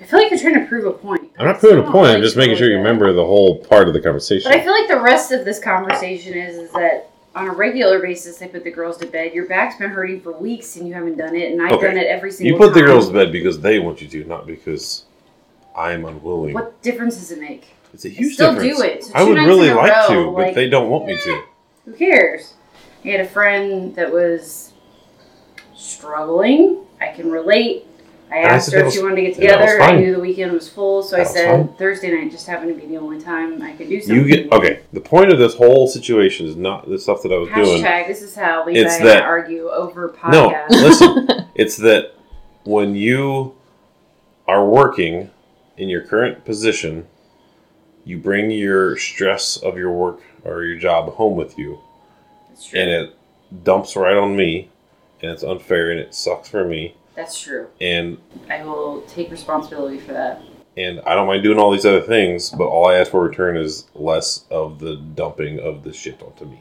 Speaker 2: I feel like you're trying to prove a point.
Speaker 1: I'm not proving a
Speaker 2: Someone
Speaker 1: point. I'm
Speaker 2: likes
Speaker 1: just
Speaker 2: to
Speaker 1: making
Speaker 2: go
Speaker 1: sure you
Speaker 2: there.
Speaker 1: remember the whole part of the conversation.
Speaker 2: But I feel like the rest of this conversation is, is that on a regular basis, they put the girls to bed. Your back's been hurting for weeks and you haven't done it, and I've
Speaker 1: Okay.
Speaker 2: done it every single
Speaker 1: You put the
Speaker 2: time.
Speaker 1: girls to bed because they want you to, not because I'm unwilling.
Speaker 2: What difference does it make?
Speaker 1: It's a
Speaker 2: I
Speaker 1: huge
Speaker 2: still
Speaker 1: difference.
Speaker 2: do it. So
Speaker 1: I
Speaker 2: two
Speaker 1: would
Speaker 2: nights
Speaker 1: really
Speaker 2: in a
Speaker 1: like
Speaker 2: row,
Speaker 1: to,
Speaker 2: like,
Speaker 1: but they don't want me to.
Speaker 2: Who cares? I had a friend that was struggling. I can relate. I
Speaker 1: And I
Speaker 2: asked
Speaker 1: said
Speaker 2: her
Speaker 1: that
Speaker 2: if she
Speaker 1: was-
Speaker 2: wanted to
Speaker 1: and
Speaker 2: get
Speaker 1: that was
Speaker 2: together. I
Speaker 1: fine.
Speaker 2: knew the weekend was full, so
Speaker 1: That
Speaker 2: I
Speaker 1: was
Speaker 2: said
Speaker 1: fine.
Speaker 2: Thursday night just happened to be the only time I could do something.
Speaker 1: You get okay. The point of this whole situation is not the stuff that I was doing.
Speaker 2: Hashtag, this is how Levi
Speaker 1: It's
Speaker 2: and I
Speaker 1: that-
Speaker 2: argue over
Speaker 1: No,
Speaker 2: podcasts.
Speaker 1: listen. It's that when you are working in your current position, you bring your stress of your work or your job home with you,
Speaker 2: That's true.
Speaker 1: and it dumps right on me, and it's unfair and it sucks for me,
Speaker 2: That's true.
Speaker 1: and
Speaker 2: I will take responsibility for that.
Speaker 1: and I don't mind doing all these other things, but all I ask for in return is less of the dumping of the shit onto me.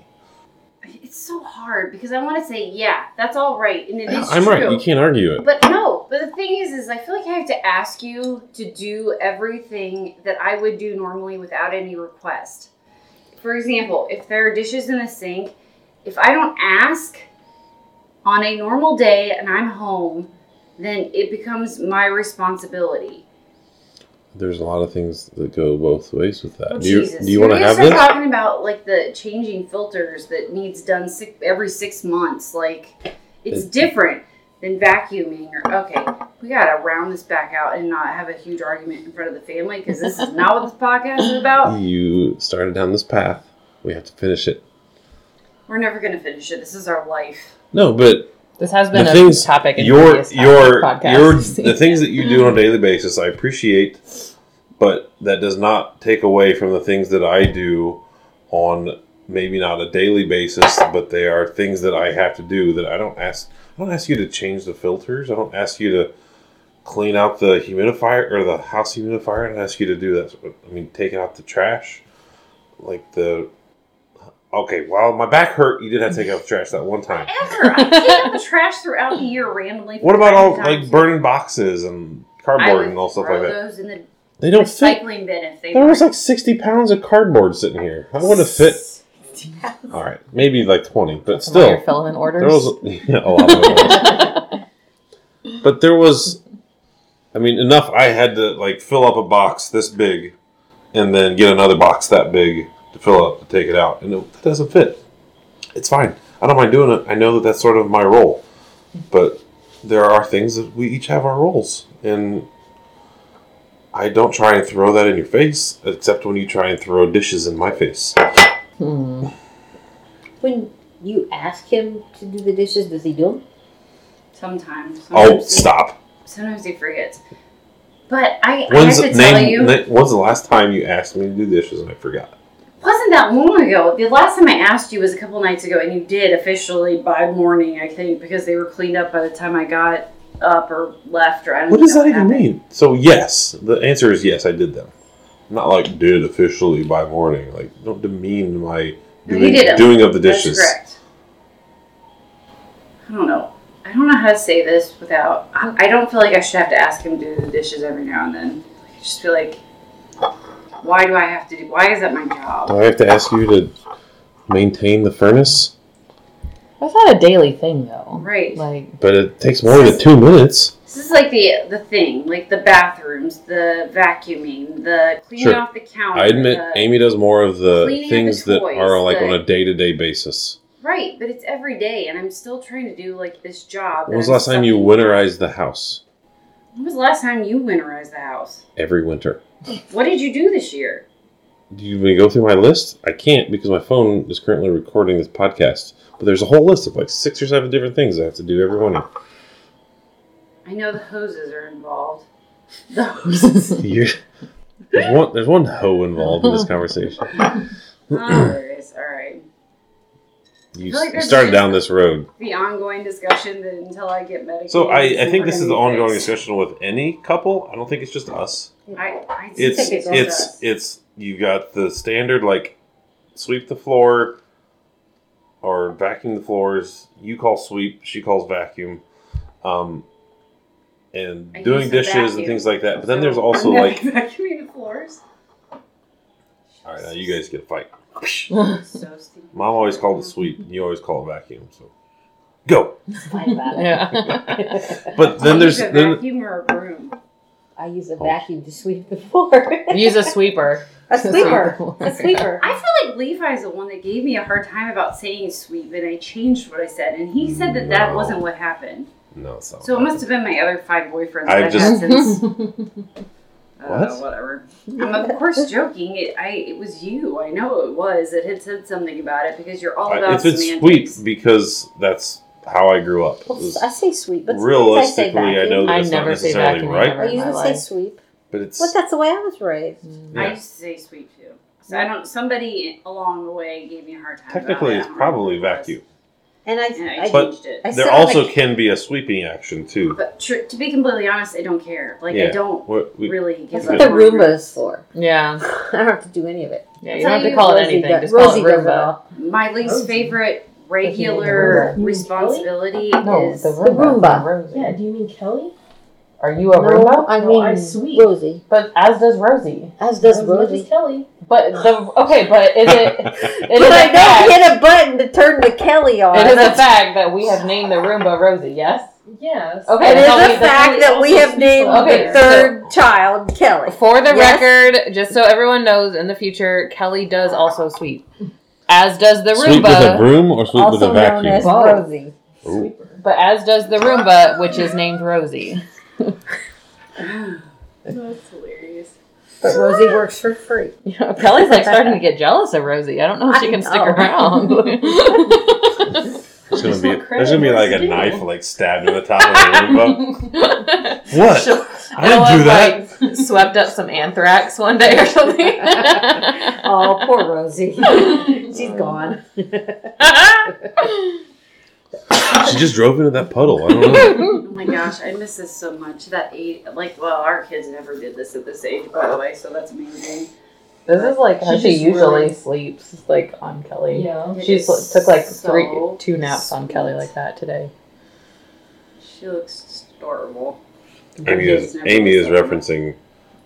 Speaker 2: It's so hard because I want to say, yeah, that's all right, and it is
Speaker 1: I'm
Speaker 2: true.
Speaker 1: right. You can't argue it.
Speaker 2: But no, but the thing is, is I feel like I have to ask you to do everything that I would do normally without any request. For example, if there are dishes in the sink, if I don't ask on a normal day and I'm home, then it becomes my responsibility.
Speaker 1: There's a lot of things that go both ways with that.
Speaker 2: Oh,
Speaker 1: do you
Speaker 2: Jesus.
Speaker 1: do you want to
Speaker 2: Maybe
Speaker 1: have
Speaker 2: start
Speaker 1: this?
Speaker 2: talking about like the changing filters that needs done six, every six months. Like it's
Speaker 1: It-
Speaker 2: different than vacuuming. Or okay, we gotta round this back out and not have a huge argument in front of the family because this is not what this podcast is about.
Speaker 1: You started down this path. We have to finish it.
Speaker 2: We're never gonna finish it. This is our life.
Speaker 1: No, but
Speaker 3: This has been
Speaker 1: The
Speaker 3: a
Speaker 1: things-
Speaker 3: topic in
Speaker 1: your
Speaker 3: previous
Speaker 1: your your
Speaker 3: podcasts.
Speaker 1: the things that you do on a daily basis, I appreciate, but that does not take away from the things that I do on maybe not a daily basis, but they are things that I have to do that I don't ask. I don't ask you to change the filters. I don't ask you to clean out the humidifier or the house humidifier. I don't ask you to do that. I mean, taking out the trash, like the okay, while my back hurt, you did have to take out the trash that one time.
Speaker 2: Ever. I take up trash throughout the year randomly.
Speaker 1: What
Speaker 2: from
Speaker 1: about
Speaker 2: time
Speaker 1: all
Speaker 2: to time.
Speaker 1: like burning boxes and
Speaker 2: I
Speaker 1: cardboard
Speaker 2: would
Speaker 1: and all stuff
Speaker 2: throw
Speaker 1: like that?
Speaker 2: Those in the
Speaker 1: They don't fit.
Speaker 2: recycling bin if they
Speaker 1: There
Speaker 2: were.
Speaker 1: was like sixty pounds of cardboard sitting here. I would have fit. All right, maybe like twenty, but
Speaker 3: Some of
Speaker 1: still,
Speaker 3: your filament orders.
Speaker 1: there was yeah, a lot of it. But there was, I mean, enough. I had to like fill up a box this big, and then get another box that big to fill up to take it out, and it, that doesn't fit. It's fine. I don't mind doing it. I know that that's sort of my role, but there are things that we each have our roles, and I don't try and throw that in your face, except when you try and throw dishes in my face.
Speaker 3: Hmm.
Speaker 5: When you ask him to do the dishes, does he do them?
Speaker 2: Sometimes.
Speaker 1: Oh,
Speaker 2: Sometimes,
Speaker 1: stop!
Speaker 2: sometimes he forgets. But I, I have
Speaker 1: When's
Speaker 2: to tell
Speaker 1: name?
Speaker 2: you,
Speaker 1: na- when's the last time you asked me to do dishes and I forgot?
Speaker 2: wasn't that long ago. The last time I asked you was a couple nights ago, and you did officially by morning, I think, because they were cleaned up by the time I got up or left or I don't
Speaker 1: What
Speaker 2: know
Speaker 1: does that even
Speaker 2: happened.
Speaker 1: mean? So yes, the answer is yes. I did them. Not like did officially by morning. Like don't demean my
Speaker 2: No, you
Speaker 1: doing,
Speaker 2: did 'em.
Speaker 1: doing of the dishes.
Speaker 2: That's correct. I don't know. I don't know how to say this without. I I don't feel like I should have to ask him to do the dishes every now and then. I just feel like, why do I have to do? Why is that my job?
Speaker 1: Do I have to ask you to maintain the furnace?
Speaker 3: That's not a daily thing though.
Speaker 2: Right.
Speaker 3: Like
Speaker 1: But it takes more than two minutes.
Speaker 2: This is like the the thing, like the bathrooms, the vacuuming, the cleaning
Speaker 1: Sure.
Speaker 2: off the counter.
Speaker 1: I admit
Speaker 2: the-
Speaker 1: Amy does more of the
Speaker 2: Oh Cleaning of the
Speaker 1: things that
Speaker 2: toys,
Speaker 1: are like
Speaker 2: the-
Speaker 1: on a day to day basis.
Speaker 2: Right, but it's every day, and I'm still trying to do like this job.
Speaker 1: When was
Speaker 2: that
Speaker 1: the
Speaker 2: I'm
Speaker 1: last time you
Speaker 2: sucking.
Speaker 1: winterized the house?
Speaker 2: When was the last time you winterized the house?
Speaker 1: Every winter.
Speaker 2: What did you do this year?
Speaker 1: Do you want me to go through my list? I can't because my phone is currently recording this podcast. But there's a whole list of like six or seven different things I have to do every winter.
Speaker 2: I know the hoses are involved. The
Speaker 1: You're- there's one there's one hoe involved in this conversation.
Speaker 2: hoses. All right.
Speaker 1: You,
Speaker 2: I feel like
Speaker 1: you
Speaker 2: there's
Speaker 1: started
Speaker 2: just-
Speaker 1: down this road.
Speaker 2: The ongoing discussion that until I get medicated.
Speaker 1: So I, I think
Speaker 2: we're
Speaker 1: this is the
Speaker 2: gonna be
Speaker 1: ongoing
Speaker 2: fixed.
Speaker 1: discussion with any couple. I don't think it's just us.
Speaker 2: I, I just
Speaker 1: It's
Speaker 2: think
Speaker 1: it's
Speaker 2: it's
Speaker 1: it's, you got the standard like sweep the floor or vacuum the floors. You call sweep, she calls vacuum. Um and
Speaker 2: I
Speaker 1: doing
Speaker 2: use the
Speaker 1: dishes and
Speaker 2: vacuum.
Speaker 1: things like that. But then there's also like
Speaker 2: vacuuming the floors.
Speaker 1: all right, now you guys get a fight.
Speaker 2: So stupid.
Speaker 1: Mom always called it sweep, and you always call it vacuum. So go.
Speaker 5: Fight about it.
Speaker 3: yeah.
Speaker 1: But then there's
Speaker 2: a
Speaker 1: then
Speaker 2: vacuum or a broom.
Speaker 5: I use a vacuum to sweep the floor.
Speaker 3: Use a sweeper.
Speaker 5: a sweeper. A sweeper.
Speaker 2: I feel like Levi's the one that gave me a hard time about saying sweep, and I changed what I said, and he said that that
Speaker 1: No.
Speaker 2: wasn't what happened.
Speaker 1: no, it's not.
Speaker 2: So it must have been my other five boyfriends
Speaker 1: I've
Speaker 2: that I've
Speaker 1: just-
Speaker 2: had since. Uh,
Speaker 1: What?
Speaker 2: whatever. I'm of course joking. It, I it was you. I know it was that had said something about it because you're all
Speaker 1: I,
Speaker 2: about
Speaker 1: it's been sweep
Speaker 2: semantics.
Speaker 1: because that's how I grew up. It
Speaker 9: Well,
Speaker 1: was-
Speaker 9: I say sweep, but sometimes I say
Speaker 1: realistically, I,
Speaker 9: vacuum.
Speaker 1: know
Speaker 3: I
Speaker 1: that's not
Speaker 3: never say
Speaker 1: necessarily
Speaker 3: vacuum, I
Speaker 1: right,
Speaker 3: never-
Speaker 9: I
Speaker 3: in my
Speaker 9: usually say
Speaker 3: life.
Speaker 9: sweep.
Speaker 1: but it's
Speaker 9: But that's the way I was raised.
Speaker 2: I
Speaker 1: yeah.
Speaker 2: used to say sweep too. So I don't. Somebody along the way gave me a hard time. about
Speaker 1: technically
Speaker 2: it. I
Speaker 1: it's
Speaker 2: don't
Speaker 1: probably
Speaker 2: know who it was.
Speaker 1: vacuum.
Speaker 9: And I,
Speaker 2: Yeah,
Speaker 9: I,
Speaker 2: I
Speaker 1: But-
Speaker 2: changed it.
Speaker 9: I
Speaker 1: There
Speaker 9: sit on
Speaker 1: also
Speaker 9: the-
Speaker 1: can be a sweeping action too.
Speaker 2: But tr- to be completely honest, I don't care. Like I
Speaker 1: Yeah.
Speaker 2: don't
Speaker 1: What we,
Speaker 2: really
Speaker 1: That's
Speaker 2: give a
Speaker 9: the
Speaker 2: horn.
Speaker 9: Roomba's floor.
Speaker 3: Yeah.
Speaker 9: I don't have to do any of it.
Speaker 3: Yeah. You
Speaker 2: So
Speaker 3: don't have to
Speaker 2: you-
Speaker 3: call it
Speaker 9: Rosie
Speaker 3: anything.
Speaker 9: does-
Speaker 3: Just call
Speaker 9: Rosie
Speaker 3: it
Speaker 9: does it
Speaker 3: Roomba.
Speaker 9: all.
Speaker 2: My least favorite regular
Speaker 3: Roomba.
Speaker 2: responsibility
Speaker 3: No,
Speaker 2: is
Speaker 3: the Roomba.
Speaker 9: Roomba.
Speaker 3: Rosie.
Speaker 6: Yeah, do you mean Kelly?
Speaker 3: Are you a
Speaker 9: Oh, No,
Speaker 3: Roomba?
Speaker 9: I
Speaker 6: No,
Speaker 9: mean
Speaker 6: I sweep.
Speaker 9: Rosie.
Speaker 3: But as does Rosie.
Speaker 9: As does
Speaker 6: As much as
Speaker 9: Rosie.
Speaker 6: Kelly.
Speaker 3: But the okay, but is it? It is
Speaker 9: But
Speaker 3: a
Speaker 9: I don't
Speaker 3: fact.
Speaker 9: hit a button to turn the Kelly on.
Speaker 3: It is a fact that we have named the Roomba Rosie. Yes.
Speaker 6: Yes.
Speaker 3: Okay.
Speaker 9: It is
Speaker 3: that's all we-
Speaker 9: a
Speaker 3: that's all
Speaker 9: fact that we have named
Speaker 3: Okay,
Speaker 9: the third child Kelly.
Speaker 3: For the
Speaker 9: Yes.
Speaker 3: record, just so everyone knows, in the future, Kelly does also sweep, as does the
Speaker 1: sweep with a
Speaker 3: Roomba.
Speaker 1: broom or sweep with a
Speaker 9: Also known
Speaker 1: vacuum.
Speaker 9: as
Speaker 3: Wow.
Speaker 9: Rosie.
Speaker 1: Ooh.
Speaker 6: Sweeper.
Speaker 3: But as does the Roomba, which is named Rosie.
Speaker 6: That's hilarious.
Speaker 9: But Rosie works for free.
Speaker 3: Kelly's like starting to get jealous of Rosie. I don't know if she
Speaker 9: I
Speaker 3: can stick
Speaker 9: know.
Speaker 3: around.
Speaker 1: There's gonna
Speaker 6: Just
Speaker 1: be
Speaker 6: what
Speaker 1: there's gonna be
Speaker 6: Craig
Speaker 1: like
Speaker 6: wants
Speaker 1: a
Speaker 6: to do.
Speaker 1: knife like stabbed in the top of the roomba. What?
Speaker 3: She'll-
Speaker 1: I didn't do that.
Speaker 3: Like, swept up some anthrax one day or something.
Speaker 9: Oh, poor Rosie. She's gone.
Speaker 1: She just drove into that puddle. I don't know.
Speaker 2: Oh my gosh, I miss this so much. That age, like, well, our kids never did this at this age, by the way, so that's amazing.
Speaker 3: This is like how
Speaker 6: She
Speaker 3: she
Speaker 6: just
Speaker 3: usually
Speaker 6: really-
Speaker 3: sleeps, like on Kelly.
Speaker 6: Yeah.
Speaker 2: It
Speaker 3: She's
Speaker 2: is
Speaker 3: took like three,
Speaker 2: so
Speaker 3: two naps on Kelly
Speaker 2: sweet.
Speaker 3: like that today.
Speaker 2: She looks adorable.
Speaker 1: Amy is Amy is referencing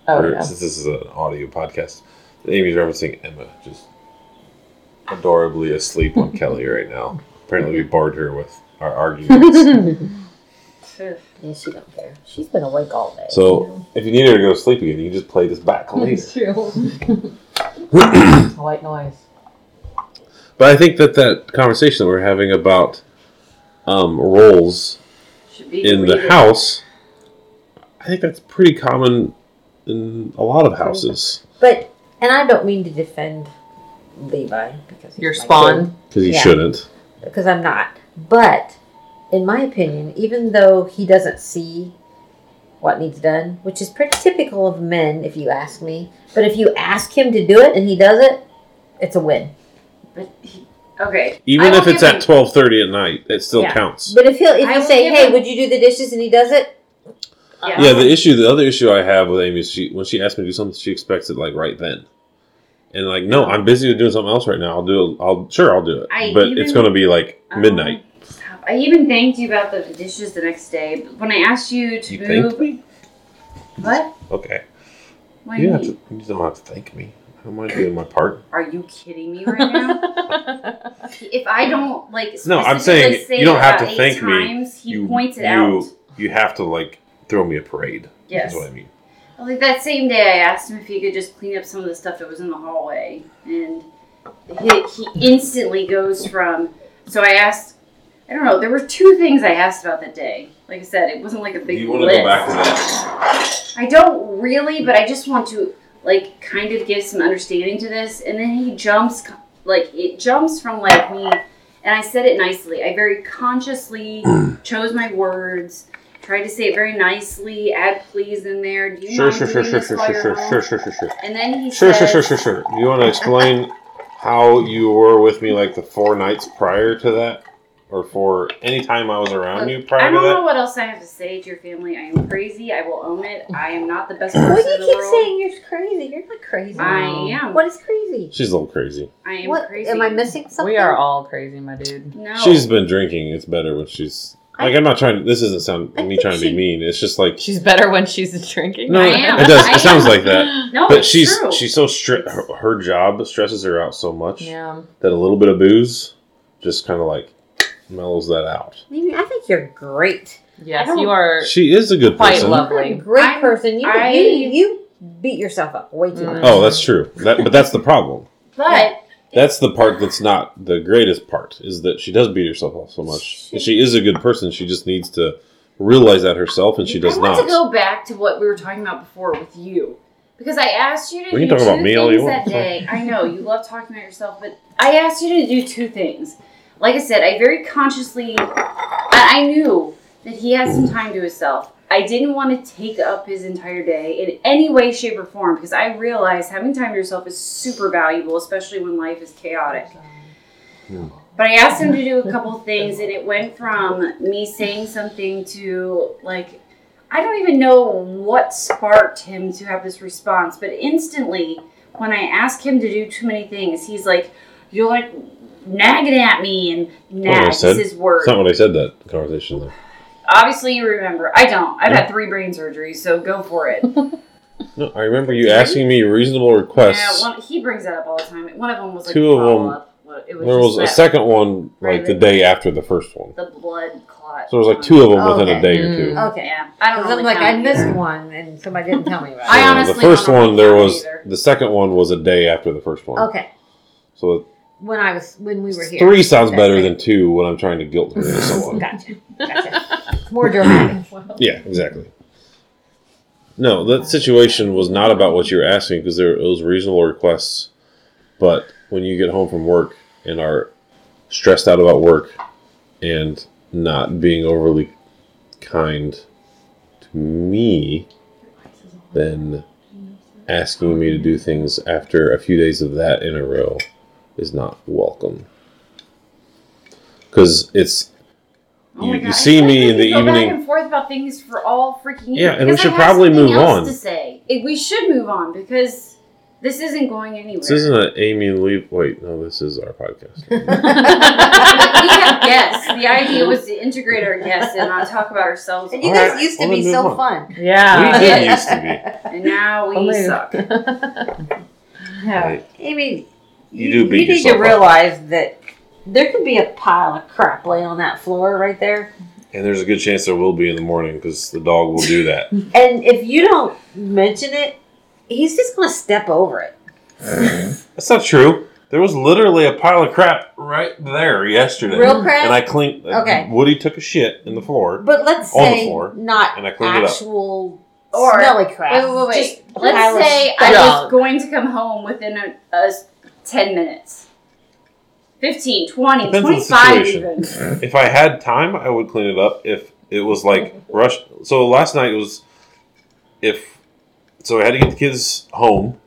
Speaker 3: Oh
Speaker 1: her,
Speaker 3: yeah.
Speaker 1: since this is an audio podcast. Amy's referencing Emma just adorably asleep on Kelly right now. Apparently, we bored her with our arguments.
Speaker 9: Yeah, she don't care. She's been awake all day.
Speaker 1: so, if you need her to go to sleep again, you can just play this back later.
Speaker 3: White noise.
Speaker 1: But I think that that conversation that we're having about um, roles
Speaker 2: Should be
Speaker 1: in the
Speaker 2: greeted.
Speaker 1: house, I think that's pretty common in a lot of houses
Speaker 9: But and I don't mean to defend Levi because he's
Speaker 3: Your
Speaker 9: my kid,
Speaker 3: spawn.
Speaker 1: because you
Speaker 9: Yeah.
Speaker 1: shouldn't.
Speaker 9: because I'm not. But in my opinion, even though he doesn't see what needs done, which is pretty typical of men, if you ask me. But if you ask him to do it and he does it, it's a win.
Speaker 2: But he- okay.
Speaker 1: Even
Speaker 2: I
Speaker 1: if
Speaker 2: will
Speaker 1: it's
Speaker 2: give
Speaker 1: at twelve thirty at night, it still
Speaker 9: Yeah.
Speaker 1: counts.
Speaker 9: But if he'll if
Speaker 2: I
Speaker 9: you
Speaker 2: will
Speaker 9: say,
Speaker 2: give
Speaker 9: "Hey,
Speaker 2: him-
Speaker 9: would you do the dishes?" and he does it,
Speaker 2: Yeah.
Speaker 1: Yeah, the issue, the other issue I have with Amy is she, when she asks me to do something, she expects it like right then, and like, no, I'm busy with doing something else right now. I'll do, I'll sure, I'll do it,
Speaker 2: I
Speaker 1: but
Speaker 2: even-
Speaker 1: it's going to be like
Speaker 2: Um,
Speaker 1: midnight.
Speaker 2: stop. I even thanked you about the dishes the next day. But when I asked you to
Speaker 1: You
Speaker 2: move,
Speaker 1: thanked me?
Speaker 2: what?
Speaker 1: Okay,
Speaker 2: What do
Speaker 1: you
Speaker 2: you
Speaker 1: don't have
Speaker 2: mean?
Speaker 1: to. You don't have to thank me. How am I doing my part?
Speaker 2: Are you kidding me right now? if I don't like,
Speaker 1: No, I'm
Speaker 2: specifically
Speaker 1: saying
Speaker 2: say
Speaker 1: you don't have
Speaker 2: about
Speaker 1: to
Speaker 2: eight
Speaker 1: thank me.
Speaker 2: times, He
Speaker 1: you
Speaker 2: points it
Speaker 1: you,
Speaker 2: out.
Speaker 1: You have to like throw me a parade.
Speaker 2: Yes.
Speaker 1: That's what I mean.
Speaker 2: Well, Like that same day, I asked him if he could just clean up some of the stuff that was in the hallway, and he, he instantly goes from. So I asked, I don't know. There were two things I asked about that day. Like I said, it wasn't like a big
Speaker 1: wanna
Speaker 2: list.
Speaker 1: to that?
Speaker 2: I don't really, but I just want to like kind of give some understanding to this. And then he jumps, like it jumps from like me, and I said it nicely. I very consciously chose my words, tried to say it very nicely, add please in there. Do you
Speaker 1: Sure,
Speaker 2: mind
Speaker 1: sure, sure,
Speaker 2: doing
Speaker 1: sure,
Speaker 2: this
Speaker 1: sure,
Speaker 2: while
Speaker 1: sure,
Speaker 2: you're
Speaker 1: sure,
Speaker 2: home?
Speaker 1: sure, sure, sure, sure.
Speaker 2: And then he
Speaker 1: Sure, sure,
Speaker 2: says,
Speaker 1: sure, sure, sure. You want to explain how you were with me like the four nights prior to that, or for any time I was around you
Speaker 2: Uh, I
Speaker 1: prior to
Speaker 2: don't know
Speaker 1: that?
Speaker 2: what else I have to say to your family. I am crazy. I will own it. I am not the best person
Speaker 9: Why do you
Speaker 2: in the
Speaker 9: keep
Speaker 2: world.
Speaker 9: saying you're crazy? You're not crazy.
Speaker 2: I am.
Speaker 9: What is crazy?
Speaker 1: She's a little crazy.
Speaker 2: I am
Speaker 9: what
Speaker 2: crazy.
Speaker 9: am I missing something?
Speaker 3: We are all crazy, my dude.
Speaker 2: No.
Speaker 1: She's been drinking. It's better when she's like. I'm not trying. to- This doesn't sound
Speaker 9: I
Speaker 1: me
Speaker 9: think
Speaker 1: trying to be
Speaker 9: she-
Speaker 1: mean. It's just like
Speaker 3: She's better when she's drinking.
Speaker 1: no.
Speaker 2: I am.
Speaker 1: It does.
Speaker 2: I
Speaker 1: It sounds
Speaker 2: am.
Speaker 1: like that.
Speaker 2: no,
Speaker 1: But
Speaker 2: it's
Speaker 1: she's
Speaker 2: true.
Speaker 1: she's so strict. Her, her job stresses her out so much
Speaker 3: Yeah.
Speaker 1: that a little bit of booze just kind of like mellows that out.
Speaker 9: I mean, I think you're great.
Speaker 3: Yes,
Speaker 2: I don't-
Speaker 3: you are
Speaker 1: She is a good
Speaker 3: quite
Speaker 1: person.
Speaker 9: You're a
Speaker 3: lovely.
Speaker 9: great
Speaker 2: I'm-
Speaker 9: person. You,
Speaker 2: I-
Speaker 9: you you beat yourself up way too
Speaker 3: Mm.
Speaker 9: much.
Speaker 2: Uh-huh.
Speaker 1: Oh, that's true. That, but that's the problem.
Speaker 2: but
Speaker 1: That's the part that's not the greatest part is that she does beat herself up so much. And she is a good person. She just needs to realize that herself, and she does
Speaker 2: I want
Speaker 1: not.
Speaker 2: to go back to what we were talking about before with you. Because I asked you to
Speaker 1: We can
Speaker 2: do
Speaker 1: talk about
Speaker 2: two
Speaker 1: me
Speaker 2: things
Speaker 1: all you want.
Speaker 2: that day. I know, you love talking about yourself, but I asked you to do two things. Like I said, I very consciously I, I knew that he had
Speaker 1: Mm.
Speaker 2: some time to himself. I didn't want to take up his entire day in any way, shape, or form because I realize having time to yourself is super valuable, especially when life is chaotic. But I asked him to do a couple things, and it went from me saying something to like, I don't even know what sparked him to have this response, but instantly, when I ask him to do too many things, he's like, You're like nagging at me, and
Speaker 1: what I
Speaker 2: nag is
Speaker 1: said.
Speaker 2: his word
Speaker 1: That's not what I said. That conversation there.
Speaker 2: obviously you remember. I don't. I've had three brain surgeries, so go for it. yeah,
Speaker 1: No, I remember you asking me reasonable requests.
Speaker 2: one, he brings that up all the time. One of them was like
Speaker 1: Two
Speaker 2: two
Speaker 1: of
Speaker 2: of
Speaker 1: them-
Speaker 2: them. It was,
Speaker 1: There was a
Speaker 2: just
Speaker 1: second one like the
Speaker 2: Right.
Speaker 1: day after the first one.
Speaker 2: that- The blood clot.
Speaker 1: So there was like two of them
Speaker 9: Oh,
Speaker 1: within a
Speaker 9: okay.
Speaker 1: day or two.
Speaker 3: Mm.
Speaker 9: Okay.
Speaker 2: Yeah, I don't
Speaker 9: 'Cause
Speaker 2: know.
Speaker 9: I'm like, I missed one, and somebody didn't tell me about
Speaker 2: I
Speaker 9: it.
Speaker 1: So
Speaker 2: honestly
Speaker 1: the first
Speaker 2: don't know
Speaker 1: one there was
Speaker 2: either.
Speaker 1: the second one was a day after the first one.
Speaker 9: Okay,
Speaker 1: So
Speaker 9: when I was when we were here,
Speaker 1: three sounds
Speaker 9: That's
Speaker 1: better
Speaker 9: right.
Speaker 1: than two when I'm trying to guilt her into someone.
Speaker 9: Gotcha, gotcha. It's More dramatic.
Speaker 1: Yeah, exactly. No, that situation was not about what you were asking because there it was reasonable requests. But when you get home from work and are stressed out about work and not being overly kind to me, then asking me to do things after a few days of that in a row is not welcome. Because it's
Speaker 2: Oh my
Speaker 1: you- you
Speaker 2: God, I
Speaker 1: see
Speaker 2: feel
Speaker 1: me
Speaker 2: like
Speaker 1: in
Speaker 2: we
Speaker 1: the
Speaker 2: could go
Speaker 1: evening-
Speaker 2: Back and forth about things for all freaking.
Speaker 1: Yeah, and we
Speaker 2: because I
Speaker 1: should
Speaker 2: have
Speaker 1: probably
Speaker 2: something
Speaker 1: move
Speaker 2: else
Speaker 1: on.
Speaker 2: To say It- we should move on because This isn't going anywhere.
Speaker 1: This isn't an Amy Lee. Wait, no, this is our podcast.
Speaker 2: we have guests. The idea was to integrate our guests and not talk about ourselves.
Speaker 5: And you
Speaker 1: All
Speaker 5: guys
Speaker 1: right,
Speaker 5: used to
Speaker 1: well,
Speaker 5: be
Speaker 1: then
Speaker 5: so
Speaker 1: move on.
Speaker 5: fun.
Speaker 1: we
Speaker 3: Yeah.
Speaker 1: did used to be.
Speaker 2: And now we
Speaker 3: Only-
Speaker 2: suck.
Speaker 1: Right.
Speaker 5: Amy,
Speaker 1: You do beat
Speaker 5: need
Speaker 1: yourself
Speaker 5: to
Speaker 1: up.
Speaker 5: realize that there could be a pile of crap laying on that floor right there.
Speaker 1: And there's a good chance there will be in the morning because the dog will do that.
Speaker 5: And if you don't mention it, he's just going to step over it.
Speaker 1: That's not true. There was literally a pile of crap right there yesterday.
Speaker 5: Real crap?
Speaker 1: And I cleaned.
Speaker 5: Okay.
Speaker 1: Woody took a shit in the floor.
Speaker 5: But let's
Speaker 1: On the
Speaker 5: say
Speaker 1: floor,
Speaker 5: not
Speaker 1: and I cleaned it up.
Speaker 5: actual
Speaker 2: Or-
Speaker 5: smelly crap.
Speaker 2: Wait, wait, wait, wait.
Speaker 5: Just a pile of
Speaker 2: Let's say
Speaker 5: stuff.
Speaker 2: I
Speaker 3: Dog.
Speaker 2: was going to come home within a, a s- 10 minutes. 15, 20,
Speaker 1: Depends on the
Speaker 2: 25
Speaker 1: situation.
Speaker 2: even.
Speaker 1: If I had time, I would clean it up. If it was like rush. So last night it was. If. So I had to get the kids home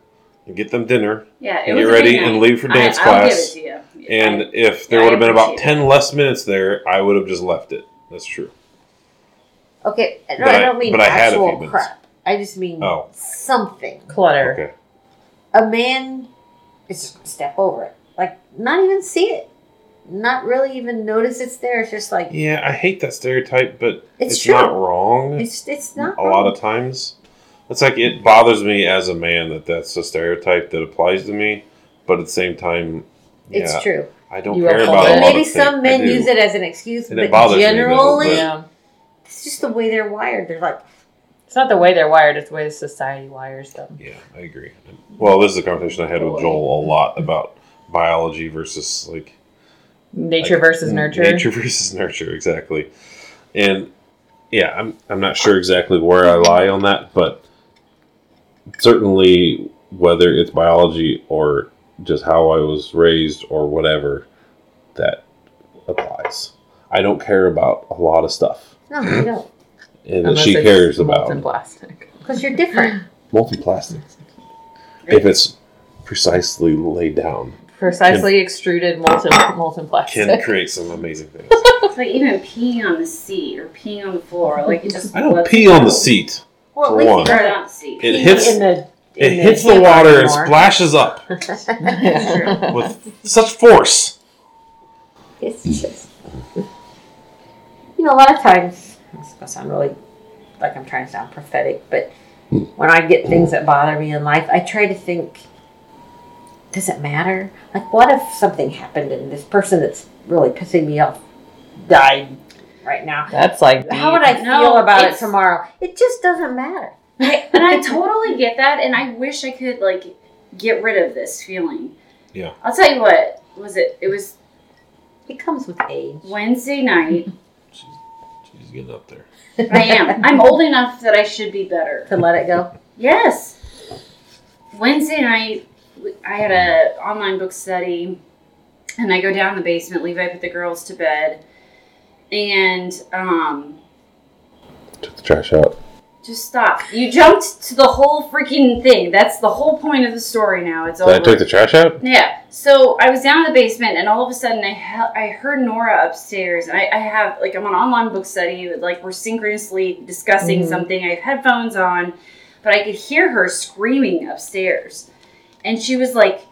Speaker 1: and get them dinner
Speaker 2: Yeah, it
Speaker 1: and
Speaker 2: was
Speaker 1: get
Speaker 2: a
Speaker 1: ready
Speaker 2: big night.
Speaker 1: and leave for dance
Speaker 2: I, I'll give it
Speaker 1: class.
Speaker 2: to you.
Speaker 1: And
Speaker 2: I-
Speaker 1: if there
Speaker 2: I
Speaker 1: would have been about
Speaker 2: appreciate
Speaker 1: 10 less minutes there, I would have just left it. That's true.
Speaker 5: Okay, no,
Speaker 1: But
Speaker 5: I
Speaker 1: I-
Speaker 5: don't mean
Speaker 1: but I had a few
Speaker 5: actual
Speaker 1: minutes.
Speaker 5: crap. I just mean
Speaker 1: Oh.
Speaker 5: something.
Speaker 3: Clutter.
Speaker 1: Okay.
Speaker 5: A man is just gonna step over it, like not even see it, not really even notice it's there. It's just like
Speaker 1: Yeah, I hate that stereotype, but
Speaker 5: It's
Speaker 1: it's,
Speaker 5: true.
Speaker 1: not wrong.
Speaker 5: it's it's not
Speaker 1: a lot of times. It's like it bothers me as a man that that's a stereotype that applies to me, but at the same time, yeah,
Speaker 5: It's true.
Speaker 1: I don't
Speaker 3: You
Speaker 1: care
Speaker 3: uphold
Speaker 1: about
Speaker 3: it.
Speaker 1: a
Speaker 5: And
Speaker 1: lot
Speaker 5: maybe
Speaker 1: of
Speaker 5: some
Speaker 1: things.
Speaker 5: men
Speaker 1: I do.
Speaker 5: use it as an excuse,
Speaker 1: And it
Speaker 5: but
Speaker 1: bothers me, though,
Speaker 5: generally,
Speaker 1: but-
Speaker 3: Yeah.
Speaker 5: it's just the way they're wired. They're like,
Speaker 3: It's not the way they're wired, it's the way society wires them.
Speaker 1: Yeah, I agree. Well, this is a conversation I had with Joel a lot about biology versus like
Speaker 3: Nature
Speaker 1: Like,
Speaker 3: versus nurture.
Speaker 1: Nature versus nurture, exactly. And yeah, I'm I'm not sure exactly where I lie on that, but certainly whether it's biology or just how I was raised or whatever, that applies. I don't care about a lot of stuff,
Speaker 5: no, you don't,
Speaker 1: and that
Speaker 3: Unless
Speaker 1: she
Speaker 3: it's
Speaker 1: cares
Speaker 3: molten
Speaker 1: about
Speaker 3: plastic.
Speaker 5: because you're different.
Speaker 1: multi plastics. If it's precisely laid down,
Speaker 3: Precisely extruded molten molten plastic.
Speaker 1: can create some amazing things.
Speaker 2: It's like even peeing on the seat or peeing on the floor. Like it just
Speaker 1: I don't
Speaker 2: lets
Speaker 1: pee
Speaker 2: it
Speaker 1: on
Speaker 2: go.
Speaker 1: the seat.
Speaker 5: Well,
Speaker 1: For
Speaker 5: at least
Speaker 1: one.
Speaker 5: you
Speaker 2: Or
Speaker 5: don't
Speaker 2: not the seat.
Speaker 1: It
Speaker 5: pee
Speaker 1: hits
Speaker 5: in the
Speaker 1: it
Speaker 5: in
Speaker 1: hits the water and
Speaker 5: anymore.
Speaker 1: splashes up. with such force.
Speaker 5: It's just, you know, a lot of times, this is going to sound really like I'm trying to sound prophetic, but when I get things that bother me in life, I try to think, does it matter? Like, what if something happened and this person that's really pissing me off died right now?
Speaker 3: That's like
Speaker 5: How would I
Speaker 2: No,
Speaker 5: feel about it
Speaker 2: it's-
Speaker 5: tomorrow? It just doesn't matter.
Speaker 2: and I totally get that, and I wish I could like get rid of this feeling.
Speaker 1: Yeah.
Speaker 2: I'll tell you what was it? It was
Speaker 5: It comes with age.
Speaker 2: Wednesday night.
Speaker 1: She's getting up there.
Speaker 2: I am. I'm old enough that I should be better.
Speaker 5: To let it go.
Speaker 2: Yes. Wednesday night, I had a online book study, and I go down in the basement. Levi put the girls to bed, and um,
Speaker 1: Took the trash out.
Speaker 2: just stop. You jumped to the whole freaking thing. That's the whole point of the story. Now it's
Speaker 1: Did
Speaker 2: over.
Speaker 1: I take the trash out?
Speaker 2: Yeah. So I was down in the basement, and all of a sudden, I he- I heard Nora upstairs, and I, I have like I'm on online book study, like we're synchronously discussing
Speaker 3: Mhm.
Speaker 2: something. I have headphones on, but I could hear her screaming upstairs, and she was like,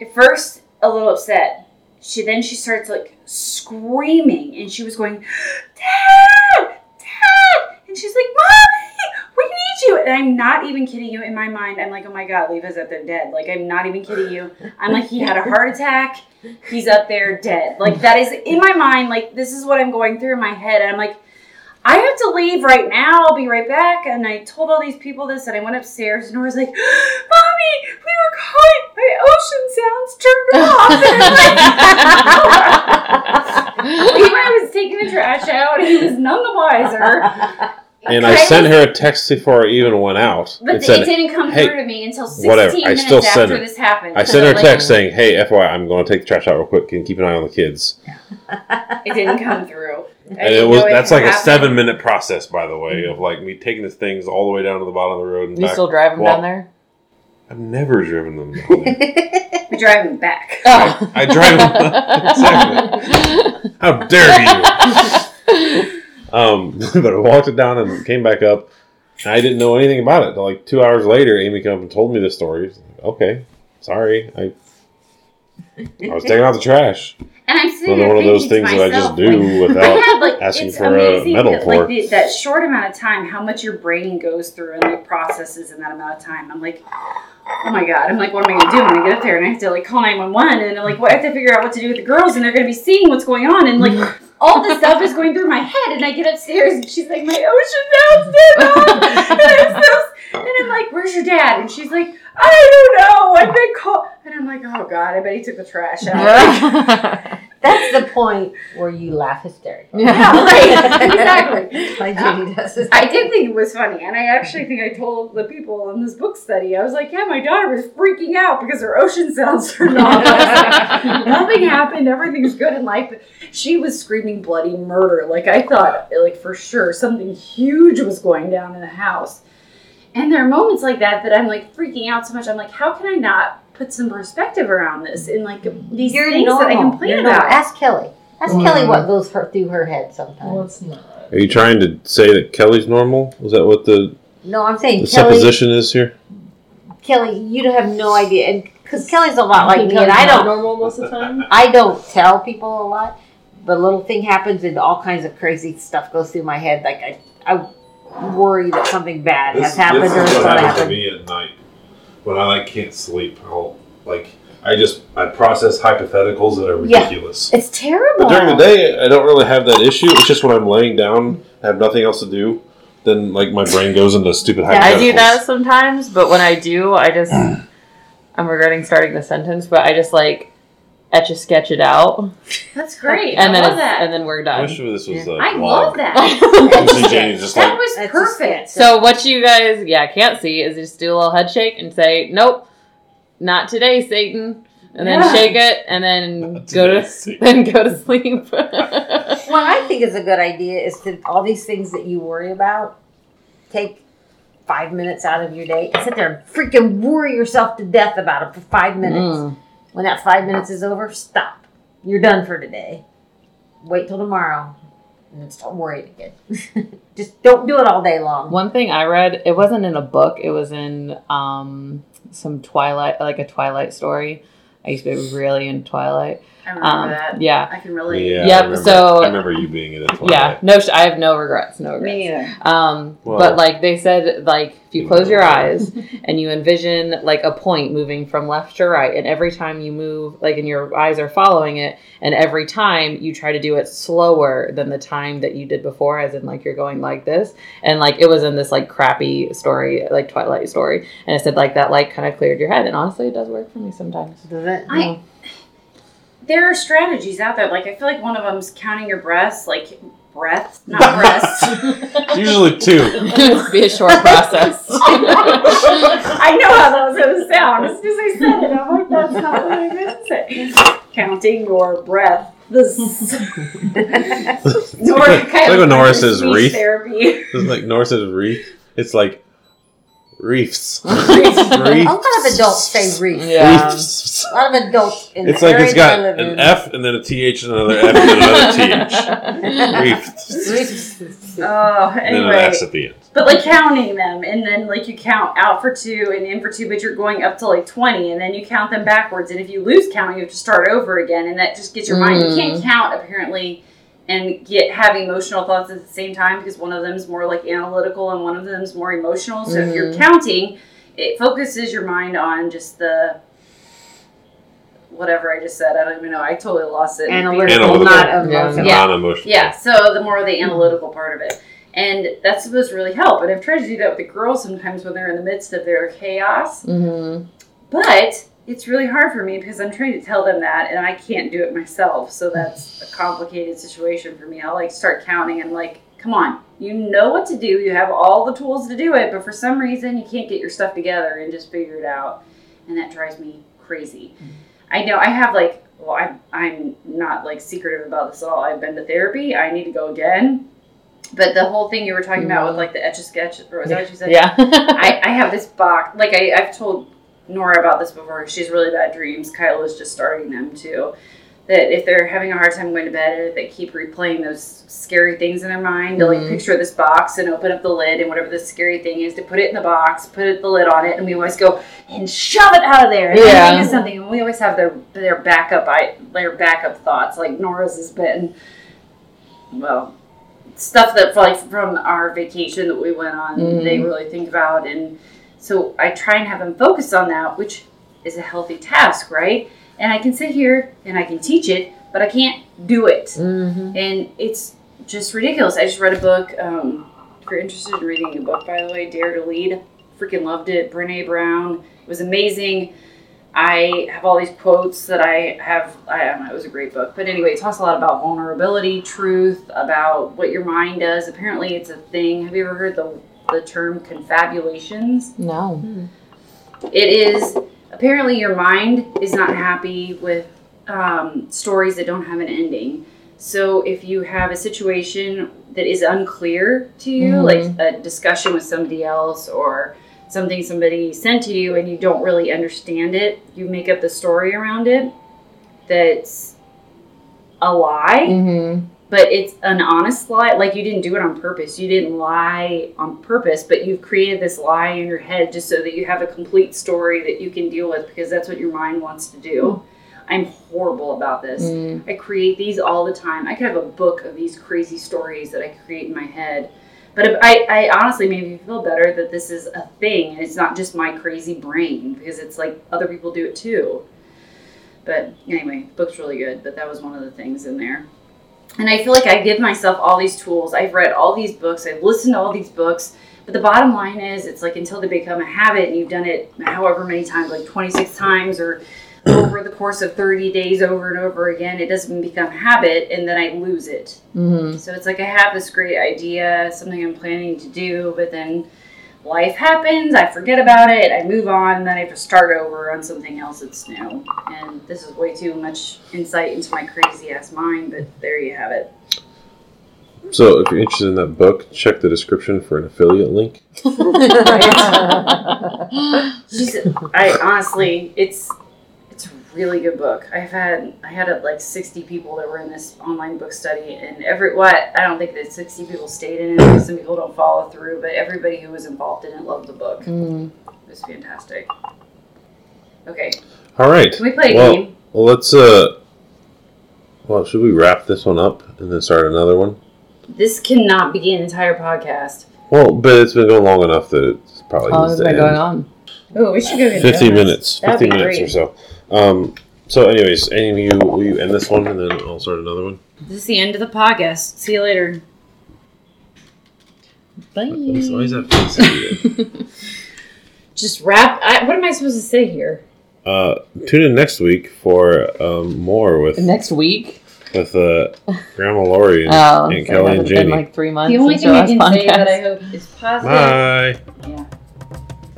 Speaker 2: at first a little upset. She then she starts like screaming, and she was going, Dad, Dad, and she's like, Mommy, we need you. And I'm not even kidding you. In my mind, I'm like, oh my God, Leva's up there dead. Like, I'm not even kidding you. I'm like, he had a heart attack. He's up there dead. Like, that is in my mind. Like, this is what I'm going through in my head. And I'm like, I have to leave right now. I'll be right back. And I told all these people this, and I went upstairs, and I was like, Mommy, we were caught by ocean sounds turned off. And I'm like, Levi was taking the trash out, and he was none the wiser.
Speaker 1: And I
Speaker 2: Kind of
Speaker 1: sent her a text before I even went out.
Speaker 2: But
Speaker 1: and
Speaker 2: the, it
Speaker 1: said,
Speaker 2: didn't come
Speaker 1: "Hey,
Speaker 2: through to me until 16
Speaker 1: whatever, I
Speaker 2: minutes
Speaker 1: still
Speaker 2: after
Speaker 1: sent it.
Speaker 2: this happened.
Speaker 1: I sent her a
Speaker 2: Like,
Speaker 1: text saying, hey, FYI, I'm going to take the trash out real quick. Can you keep an eye on the kids?
Speaker 2: It didn't come through.
Speaker 1: And it was that's like a seven minute process, by the way, of like me taking the things all the way down to the bottom of the road and
Speaker 3: you
Speaker 1: back.
Speaker 3: still drive them
Speaker 1: Well,
Speaker 3: down there?
Speaker 1: I've never driven them. Down there.
Speaker 2: minute. Driving back.
Speaker 1: I, I drive them. exactly. How dare you? Um, but I walked it down and came back up, I didn't know anything about it. Until, Like two hours later, Amy came up and told me the story. It's like, okay, sorry, I I was taking out the trash.
Speaker 2: And I'm sitting
Speaker 1: Another
Speaker 2: there
Speaker 1: one of those
Speaker 2: thinking
Speaker 1: things
Speaker 2: to
Speaker 1: that I just
Speaker 2: myself,
Speaker 1: do
Speaker 2: like, I
Speaker 1: without.
Speaker 2: had like
Speaker 1: asking
Speaker 2: it's
Speaker 1: for a
Speaker 2: amazing
Speaker 1: medal
Speaker 2: that,
Speaker 1: for
Speaker 2: like the, that short amount of time, how much your brain goes through and like processes in that amount of time. I'm like, oh my god! I'm like, what am I gonna do when I get up there and I have to like call nine one one and like what I have to figure out what to do with the girls and they're gonna be seeing what's going on and like. All this stuff is going through my head, and I get upstairs, and she's like, "My ocean downstairs," and I'm so, and I'm like, "Where's your dad?" And she's like, "I don't know. I've been called," and I'm like, "Oh God, I bet he took the trash out."
Speaker 5: That's the point where you laugh hysterically.
Speaker 2: Yeah, like, exactly.
Speaker 5: Like Jenny does.
Speaker 2: I did think it was funny, and I actually think I told the people in this book study, I was like, yeah, my daughter was freaking out because her ocean sounds turned off. I was like, Nothing happened, everything's good in life, but she was screaming bloody murder. Like, I thought, like, for sure, something huge was going down in the house. And there are moments like that that I'm like freaking out so much. I'm like, how can I not put some perspective around this and like these
Speaker 5: You're
Speaker 2: things
Speaker 5: normal.
Speaker 2: that I complain
Speaker 5: You're normal.
Speaker 2: about?
Speaker 5: Ask Kelly.
Speaker 1: Mm.
Speaker 5: Ask Kelly what goes her, through her head sometimes.
Speaker 6: Well, it's not.
Speaker 1: Are you trying to say that Kelly's normal? Is that what the,
Speaker 5: no, I'm
Speaker 1: the
Speaker 5: saying Kelly.
Speaker 1: supposition is here?
Speaker 5: Kelly, you don't have no idea, and because Kelly's a lot like
Speaker 6: Think
Speaker 5: me, and
Speaker 6: Kelly's
Speaker 5: I
Speaker 6: not
Speaker 5: don't,
Speaker 6: normal most of the time.
Speaker 5: I don't tell people a lot. But little thing happens, and all kinds of crazy stuff goes through my head. Like I, I worry that something bad has happened or something happened.
Speaker 1: me at night when I like can't sleep. I'll like I just I process hypotheticals that are
Speaker 5: Yeah.
Speaker 1: ridiculous.
Speaker 5: It's terrible.
Speaker 1: But during the day, I don't really have that issue. It's just when I'm laying down, I have nothing else to do. Then like my brain goes into stupid
Speaker 5: Yeah,
Speaker 1: hypotheticals.
Speaker 3: I do that sometimes, but when I do, I just I'm regretting starting the sentence, but I just like etch a sketch it out,
Speaker 2: That's great.
Speaker 3: and
Speaker 2: I
Speaker 3: then
Speaker 2: love
Speaker 3: it's-
Speaker 2: that.
Speaker 3: and then we're
Speaker 1: I
Speaker 3: done.
Speaker 1: wish this was a
Speaker 2: I
Speaker 1: vlog.
Speaker 2: love that.
Speaker 1: You see Janie's just
Speaker 2: That
Speaker 1: like
Speaker 2: was
Speaker 10: That's a
Speaker 2: perfect.
Speaker 3: so what you guys yeah can't see is just do a little head shake and say nope, not today, Satan, and then
Speaker 2: Yeah.
Speaker 3: shake it and then
Speaker 1: Not
Speaker 3: go
Speaker 1: today,
Speaker 3: to
Speaker 1: Satan.
Speaker 3: then go to sleep.
Speaker 5: What I think is a good idea is to all these things that you worry about, take five minutes out of your day and sit there and freaking worry yourself to death about it for five minutes.
Speaker 3: Mm.
Speaker 5: When that five minutes is over, stop. You're done for today. Wait till tomorrow and then start worrying again. Just don't do it all day long.
Speaker 3: One thing I read, it wasn't in a book, it was in um, some Twilight, like a Twilight story. I used to be really into Twilight.
Speaker 2: I remember
Speaker 3: Um,
Speaker 2: that.
Speaker 3: yeah.
Speaker 2: I can relate.
Speaker 1: Yeah, I
Speaker 3: Yep,
Speaker 1: remember-
Speaker 3: so-
Speaker 1: I remember you being in it.
Speaker 3: Yeah. No, sh- I have no regrets. No regrets.
Speaker 2: Me neither.
Speaker 3: Um,
Speaker 1: Well-
Speaker 3: but like they said, like if you
Speaker 1: You
Speaker 3: close
Speaker 1: know.
Speaker 3: your eyes and you envision like a point moving from left to right, and every time you move, like and your eyes are following it, and every time you try to do it slower than the time that you did before, as in like you're going like this, and like it was in this like crappy story, like Twilight story, and it said like that like kind of cleared your head, and honestly, it does work for me sometimes.
Speaker 5: Does it?
Speaker 2: I- There are strategies out there. Like I feel like one of them's counting your breaths, like breath, not breasts.
Speaker 1: Usually two.
Speaker 3: be a short process.
Speaker 2: I know how that was gonna sound. As soon as I said it, I'm like, that's not what I meant to say. Counting your breath. This
Speaker 1: Like when Norris says
Speaker 2: speech
Speaker 1: wreath.
Speaker 2: therapy.
Speaker 1: It's like North says reef. It's like reefs.
Speaker 5: a
Speaker 1: reefs.
Speaker 5: lot of adults say reef.
Speaker 3: Yeah.
Speaker 1: Reefs.
Speaker 5: A lot of adults in
Speaker 1: It's
Speaker 5: the
Speaker 1: like it's
Speaker 5: areas I
Speaker 1: got
Speaker 5: live in-
Speaker 1: an F and then a TH and another F and then another TH. Reefs.
Speaker 5: Reefs.
Speaker 2: Oh,
Speaker 1: And then an
Speaker 2: anyway.
Speaker 1: S at the end.
Speaker 2: But like counting them, and then like you count out for two and in for two, but you're going up to like twenty, and then you count them backwards. And if you lose count, you have to start over again, and that just gets your mind. You can't count apparently, and get have emotional thoughts at the same time because one of them's more like analytical and one of them's more emotional. So if you're counting, it focuses your mind on just the whatever I just said. I don't even know. I totally lost it.
Speaker 5: Analytical,
Speaker 1: Analytical.
Speaker 5: not
Speaker 3: Yeah.
Speaker 5: emotional.
Speaker 2: Yeah.
Speaker 1: Non-emotional.
Speaker 2: Yeah, so the more the analytical part of it. And that's supposed to really help. And I've tried to do that with the girls sometimes when they're in the midst of their chaos.
Speaker 3: Mhm.
Speaker 2: But it's really hard for me because I'm trying to tell them that and I can't do it myself. So that's a complicated situation for me. I'll like start counting and like, come on, you know what to do. You have all the tools to do it. But for some reason, you can't get your stuff together and just figure it out. And that drives me crazy. I know I have like well I'm I'm not like secretive about this at all. I've been to therapy. I need to go again. But the whole thing you were talking about with like the etch a sketch or was that what you said?
Speaker 3: Yeah.
Speaker 2: I, I have this box like I, I've told Nora about this before. She's really bad at dreams. Kyla's just starting them too. that if they're having a hard time going to bed, they keep replaying those scary things in their mind to like
Speaker 3: Mhm.
Speaker 2: picture this box and open up the lid and whatever the scary thing is to put it in the box, put it, the lid on it, and we always go and shove it out of there. And
Speaker 3: Yeah.
Speaker 2: then think of something, and we always have their their backup i- their backup thoughts. Like Nora's has been, well, stuff that like from our vacation that we went on,
Speaker 3: Mhm.
Speaker 2: they really think about, and so I try and have them focus on that, which is a healthy task, right? And I can sit here and I can teach it, but I can't do it.
Speaker 9: Mm-hmm.
Speaker 2: And it's just ridiculous. I just read a book. Um, if you're interested in reading a book, by the way, Dare to Lead. Freaking loved it. Brene Brown. It was amazing. I have all these quotes that I have. I don't know. It was a great book. But anyway, it talks a lot about vulnerability, truth, about what your mind does. Apparently, it's a thing. Have you ever heard the, the term confabulations?
Speaker 3: No.
Speaker 2: it is apparently your mind is not happy with um, stories that don't have an ending so if you have a situation that is unclear to you
Speaker 3: Mhm.
Speaker 2: like a discussion with somebody else or something somebody sent to you and you don't really understand it you make up the story around it that's a lie
Speaker 3: Mm-hmm.
Speaker 2: but it's an honest lie. Like you didn't do it on purpose. You didn't lie on purpose, but you've created this lie in your head just so that you have a complete story that you can deal with because that's what your mind wants to do. I'm horrible about this. I create these all the time. I could have a book of these crazy stories that I create in my head. But if I, I honestly made me feel better that this is a thing and it's not just my crazy brain because it's like other people do it too. But anyway, the book's really good, but that was one of the things in there. And I feel like I give myself all these tools. I've read all these books, I've listened to all these books. But the bottom line is, it's like until they become a habit and you've done it however many times, like 26 times or over the course of 30 days over and over again, it doesn't become habit and then I lose it.
Speaker 3: Mm-hmm.
Speaker 2: So it's like I have this great idea, something I'm planning to do, but then life happens, I forget about it, I move on, and then I have to start over on something else that's new. And this is way too much insight into my crazy ass mind, but there you have it.
Speaker 1: So if you're interested in that book, check the description for an affiliate link.
Speaker 2: She's, I honestly, it's it's a really good book. I've had I had uh, like sixty people that were in this online book study, and every what I don't think that sixty people stayed in it. Some people don't follow through, but everybody who was involved in it loved the book.
Speaker 8: Hmm.
Speaker 2: It
Speaker 3: Mm-hmm.
Speaker 2: was fantastic. Okay,
Speaker 1: All right.
Speaker 2: can we play a
Speaker 1: Well-
Speaker 2: game?
Speaker 1: Well, let's uh. Well, should we wrap this one up and then start another one?
Speaker 2: This cannot be an entire podcast.
Speaker 1: Well, but it's been going long enough that it's probably
Speaker 3: How long
Speaker 1: needs
Speaker 3: has
Speaker 1: to
Speaker 3: it been
Speaker 1: end.
Speaker 3: going on?
Speaker 8: Oh, we should go get
Speaker 1: Fifteen
Speaker 8: donuts.
Speaker 1: minutes.
Speaker 2: That'd
Speaker 1: Fifteen
Speaker 2: be
Speaker 1: minutes or so. Um. So, anyways, any of you will you end this one and then I'll start another one.
Speaker 2: This is the end of the podcast. See you later.
Speaker 1: Why is that face?
Speaker 8: Just wrap. I, what am I supposed to say here?
Speaker 1: uh, tune in next week for um, more with
Speaker 3: Next week.
Speaker 1: with uh, Grandma Lori and
Speaker 3: Oh,
Speaker 1: Aunt
Speaker 3: so it
Speaker 1: Kelly
Speaker 3: hasn't
Speaker 1: and
Speaker 3: been
Speaker 1: Janie.
Speaker 3: like three months.
Speaker 8: The only
Speaker 3: since
Speaker 8: thing
Speaker 3: our
Speaker 8: I can
Speaker 3: last
Speaker 8: say that I
Speaker 3: podcast.
Speaker 8: hope is positive.
Speaker 1: bye.
Speaker 8: Yeah.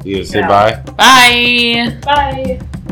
Speaker 1: You gonna say
Speaker 2: Yeah.
Speaker 1: bye?
Speaker 3: Bye.
Speaker 6: Bye.